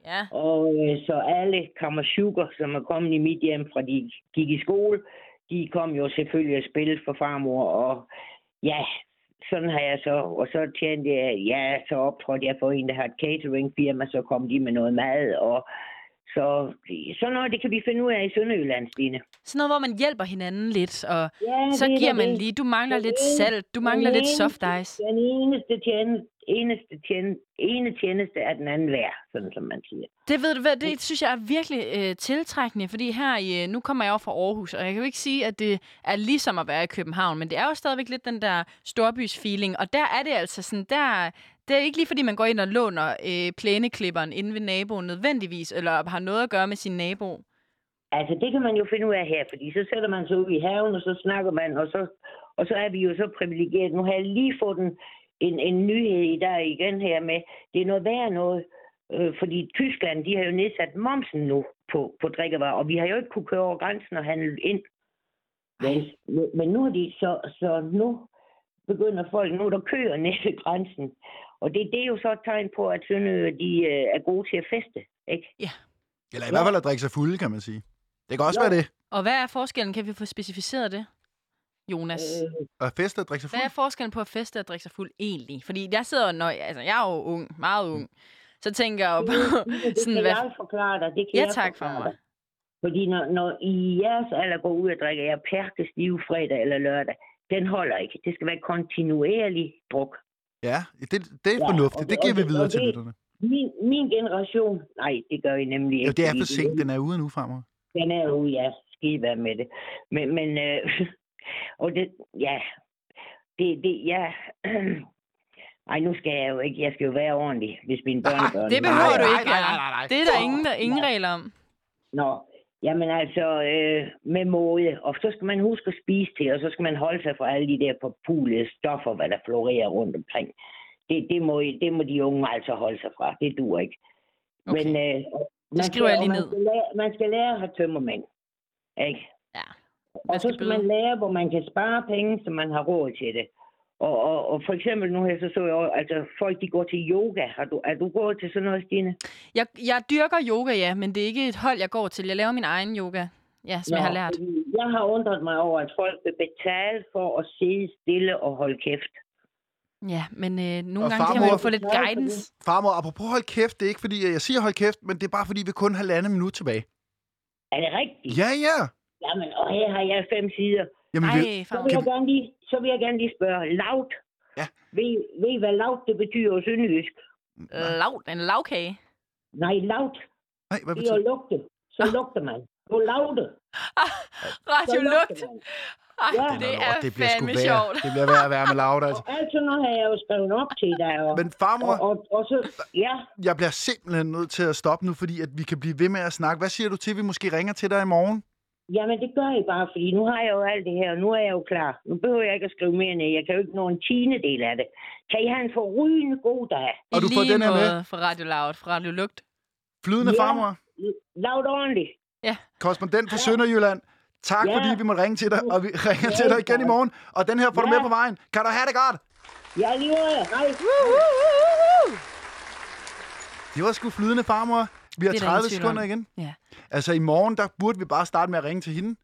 Speaker 2: Ja.
Speaker 5: Og øh, så alle kammerchukker, som er kommet i mit hjem fra de gik i skole, de kom jo selvfølgelig at spille for farmor, og ja, sådan har jeg så, og så tjente jeg, ja, så optrådte jeg for en, der har et cateringfirma, så kom de med noget mad, og så sådan noget, det kan vi finde ud af i Sønderjylland, Stine.
Speaker 2: Sådan noget, hvor man hjælper hinanden lidt, og
Speaker 5: Ja,
Speaker 2: så
Speaker 5: det er
Speaker 2: giver
Speaker 5: da
Speaker 2: man
Speaker 5: det.
Speaker 2: lige, du mangler
Speaker 5: Det er
Speaker 2: lidt
Speaker 5: det.
Speaker 2: salt, du mangler
Speaker 5: Den
Speaker 2: lidt soft
Speaker 5: eneste-
Speaker 2: ice.
Speaker 5: Den eneste tjeneste, eneste tjeneste, ene tjeneste er den anden værd, sådan som man siger.
Speaker 2: Det ved du hvad, det synes jeg er virkelig øh, tiltrækkende, fordi her i, øh, nu kommer jeg over fra Aarhus, og jeg kan jo ikke sige, at det er ligesom at være i København, men det er jo stadigvæk lidt den der storbys feeling, og der er det altså sådan, der, det er ikke lige fordi, man går ind og låner øh, plæneklipperen inde ved naboen nødvendigvis, eller har noget at gøre med sin nabo.
Speaker 5: Altså, det kan man jo finde ud af her, fordi så sætter man sig ud i haven, og så snakker man, og så, og så er vi jo så privilegeret. Nu har jeg lige fået en, en, en nyhed i dag igen her med, det er noget værre noget, øh, fordi Tyskland, de har jo nedsat momsen nu på, på drikkevarer, og vi har jo ikke kunne køre over grænsen og handle ind. Men, men nu er de så, så nu begynder folk, nu er der køer ned ved grænsen. Og det, det er jo så et tegn på, at Sønderjyder, de øh, er gode til at feste, ikke?
Speaker 1: Eller i hvert fald at drikke sig fulde, kan man sige. Det kan også
Speaker 5: Jo.
Speaker 1: være det.
Speaker 2: Og hvad er forskellen? Kan vi få specificeret det, Jonas?
Speaker 5: Øh,
Speaker 1: At feste og drikke sig
Speaker 2: Hvad
Speaker 1: fuld.
Speaker 2: er forskellen på at feste og drikke sig fuld egentlig? Fordi jeg sidder jo, når, altså jeg er jo ung, meget ung, så tænker jeg jo på,
Speaker 5: Det
Speaker 2: sådan,
Speaker 5: kan
Speaker 2: hvad-
Speaker 5: jeg forklare dig. Det kan
Speaker 2: ja
Speaker 5: jeg
Speaker 2: tak for
Speaker 5: forklare
Speaker 2: mig.
Speaker 5: dig. Fordi når, når I jeres alder går ud og drikker jer perkestive fredag eller lørdag, den holder ikke. Det skal være kontinuerlig druk.
Speaker 1: Ja, det, det er
Speaker 5: Ja,
Speaker 1: fornuftigt. det
Speaker 5: og det-
Speaker 1: giver
Speaker 5: og
Speaker 1: vi
Speaker 5: det-
Speaker 1: videre
Speaker 5: og
Speaker 1: til
Speaker 5: det-
Speaker 1: lytterne.
Speaker 5: Min, min generation, nej, det gør I nemlig ikke.
Speaker 1: Jo, det er
Speaker 5: fordi
Speaker 1: for sent. Den er ude nu fremover.
Speaker 5: Den er jo, ja, skide være med det. Men, men øh, og det, ja, det, det, ja, ej, nu skal jeg jo ikke, jeg skal jo være ordentlig, hvis mine børnebørn...
Speaker 2: Ah, det behøver
Speaker 1: nej,
Speaker 2: du
Speaker 1: nej,
Speaker 2: ikke,
Speaker 1: nej,
Speaker 2: Anna.
Speaker 1: nej, nej.
Speaker 2: Det er der ingen, der ingen regler om.
Speaker 5: Nå, jamen altså øh, med måde. Og så skal man huske at spise til, og så skal man holde sig fra alle de der forpulede stoffer, hvad der florerer rundt omkring. Det, det, må, I- det må de unge altså holde sig fra. Det dur ikke.
Speaker 2: Okay.
Speaker 5: Men, øh, man
Speaker 2: skriver jeg
Speaker 5: og
Speaker 2: lige
Speaker 5: man
Speaker 2: ned.
Speaker 5: Skal lære, man skal lære at have tømmermænd. Ikke?
Speaker 2: Ja.
Speaker 5: Og
Speaker 2: Man
Speaker 5: så
Speaker 2: skal
Speaker 5: skal
Speaker 2: bøde.
Speaker 5: man lære, hvor man kan spare penge, så man har råd til det. Og, og, og for eksempel nu her, så så jeg jo, altså folk de går til yoga. Har du, er du gået til sådan noget, Stine?
Speaker 2: Jeg, jeg dyrker yoga, ja, men det er ikke et hold, jeg går til. Jeg laver min egen yoga, ja, som jeg har lært.
Speaker 5: fordi Jeg har undret mig over, at folk vil betale for at sidde stille og holde kæft.
Speaker 2: Ja, men øh, nogle
Speaker 1: Og
Speaker 2: gange kan man jo
Speaker 1: farmor-
Speaker 2: få lidt
Speaker 5: Ja, fordi-
Speaker 2: guidance.
Speaker 1: Farmor, apropos hold kæft, det er ikke fordi, at jeg siger hold kæft, men det er bare fordi, vi kun har halvandet minut tilbage.
Speaker 5: Mm. Er det rigtigt?
Speaker 1: Ja, ja.
Speaker 5: Jamen, og her har jeg fem sider.
Speaker 1: Jamen, vi,
Speaker 2: Ej,
Speaker 5: Så vil,
Speaker 2: farmor.
Speaker 5: jeg gerne lige, så vil jeg gerne lige spørge. Laut.
Speaker 1: Ja.
Speaker 5: Ved, ved I, hvad laut det betyder i sønderjysk?
Speaker 2: Lav, en lavkage.
Speaker 5: Nej, laut.
Speaker 1: nej, hvad
Speaker 5: øh, Det er at
Speaker 1: betyder Ah.
Speaker 5: lugte. Så lugter man. Du laute. Så
Speaker 2: Radio Lugt.
Speaker 5: lugter man.
Speaker 2: Ej,
Speaker 1: det,
Speaker 2: det
Speaker 1: er
Speaker 2: er
Speaker 1: lort, det bliver sgu
Speaker 2: fandme
Speaker 1: værre.
Speaker 2: sjovt.
Speaker 1: Det bliver værre at være med Laura, altså.
Speaker 5: Og alt sådan noget har jeg jo skrevet op til dig. Og,
Speaker 1: Men farmor,
Speaker 5: og, og, og så, ja,
Speaker 1: jeg bliver simpelthen nødt til at stoppe nu, fordi at vi kan blive ved med at snakke. Hvad siger du til, at vi måske ringer til dig i morgen?
Speaker 5: Jamen, det gør I bare, fordi nu har jeg jo alt det her, og nu er jeg jo klar. Nu behøver jeg ikke at skrive mere ned. Jeg kan jo ikke nå en tiende del af det. Kan I have en forrygende god dag?
Speaker 1: Og
Speaker 2: I
Speaker 1: du får
Speaker 2: lige
Speaker 1: den her med.
Speaker 2: måde fra Radio Loud, fra Radio Lugt.
Speaker 1: Flydende
Speaker 5: Ja.
Speaker 1: farmor,
Speaker 5: Lavt ordentligt.
Speaker 1: korrespondent fra Sønderjylland. Tak,
Speaker 5: Ja.
Speaker 1: fordi vi måtte ringe til dig, og vi ringer
Speaker 5: Ja,
Speaker 1: til dig igen i
Speaker 5: tak.
Speaker 1: morgen. Og den her får du
Speaker 5: Ja.
Speaker 1: med på vejen. Kan du have det godt?
Speaker 5: Jeg lever jer. Hej.
Speaker 1: Det var sgu flydende farmor. Vi har
Speaker 2: Det er der ingen
Speaker 1: 30
Speaker 2: tvivl
Speaker 1: sekunder
Speaker 2: om.
Speaker 1: igen.
Speaker 2: Ja.
Speaker 1: Altså i morgen, der burde vi bare starte med at ringe til hende.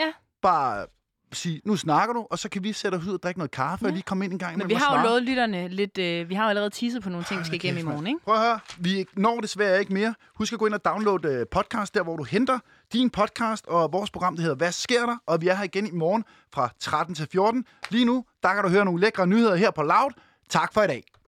Speaker 2: Ja.
Speaker 1: Bare sige, nu snakker du, og så kan vi sætte os ud og drikke noget kaffe ja. og lige komme ind en gang.
Speaker 2: Men
Speaker 1: imellem
Speaker 2: vi
Speaker 1: og
Speaker 2: har jo
Speaker 1: snakke.
Speaker 2: lovet lytterne lidt... Øh, vi har jo allerede teaset på nogle ting, vi skal igennem i
Speaker 1: Kæft, mand.
Speaker 2: morgen, ikke?
Speaker 1: Prøv at høre, vi når desværre ikke mere. Husk at gå ind og downloade øh, podcast, der hvor du henter din podcast, og vores program, det hedder Hvad sker der? Og vi er her igen i morgen fra 13 til 14. Lige nu, der kan du høre nogle lækre nyheder her på Loud. Tak for i dag.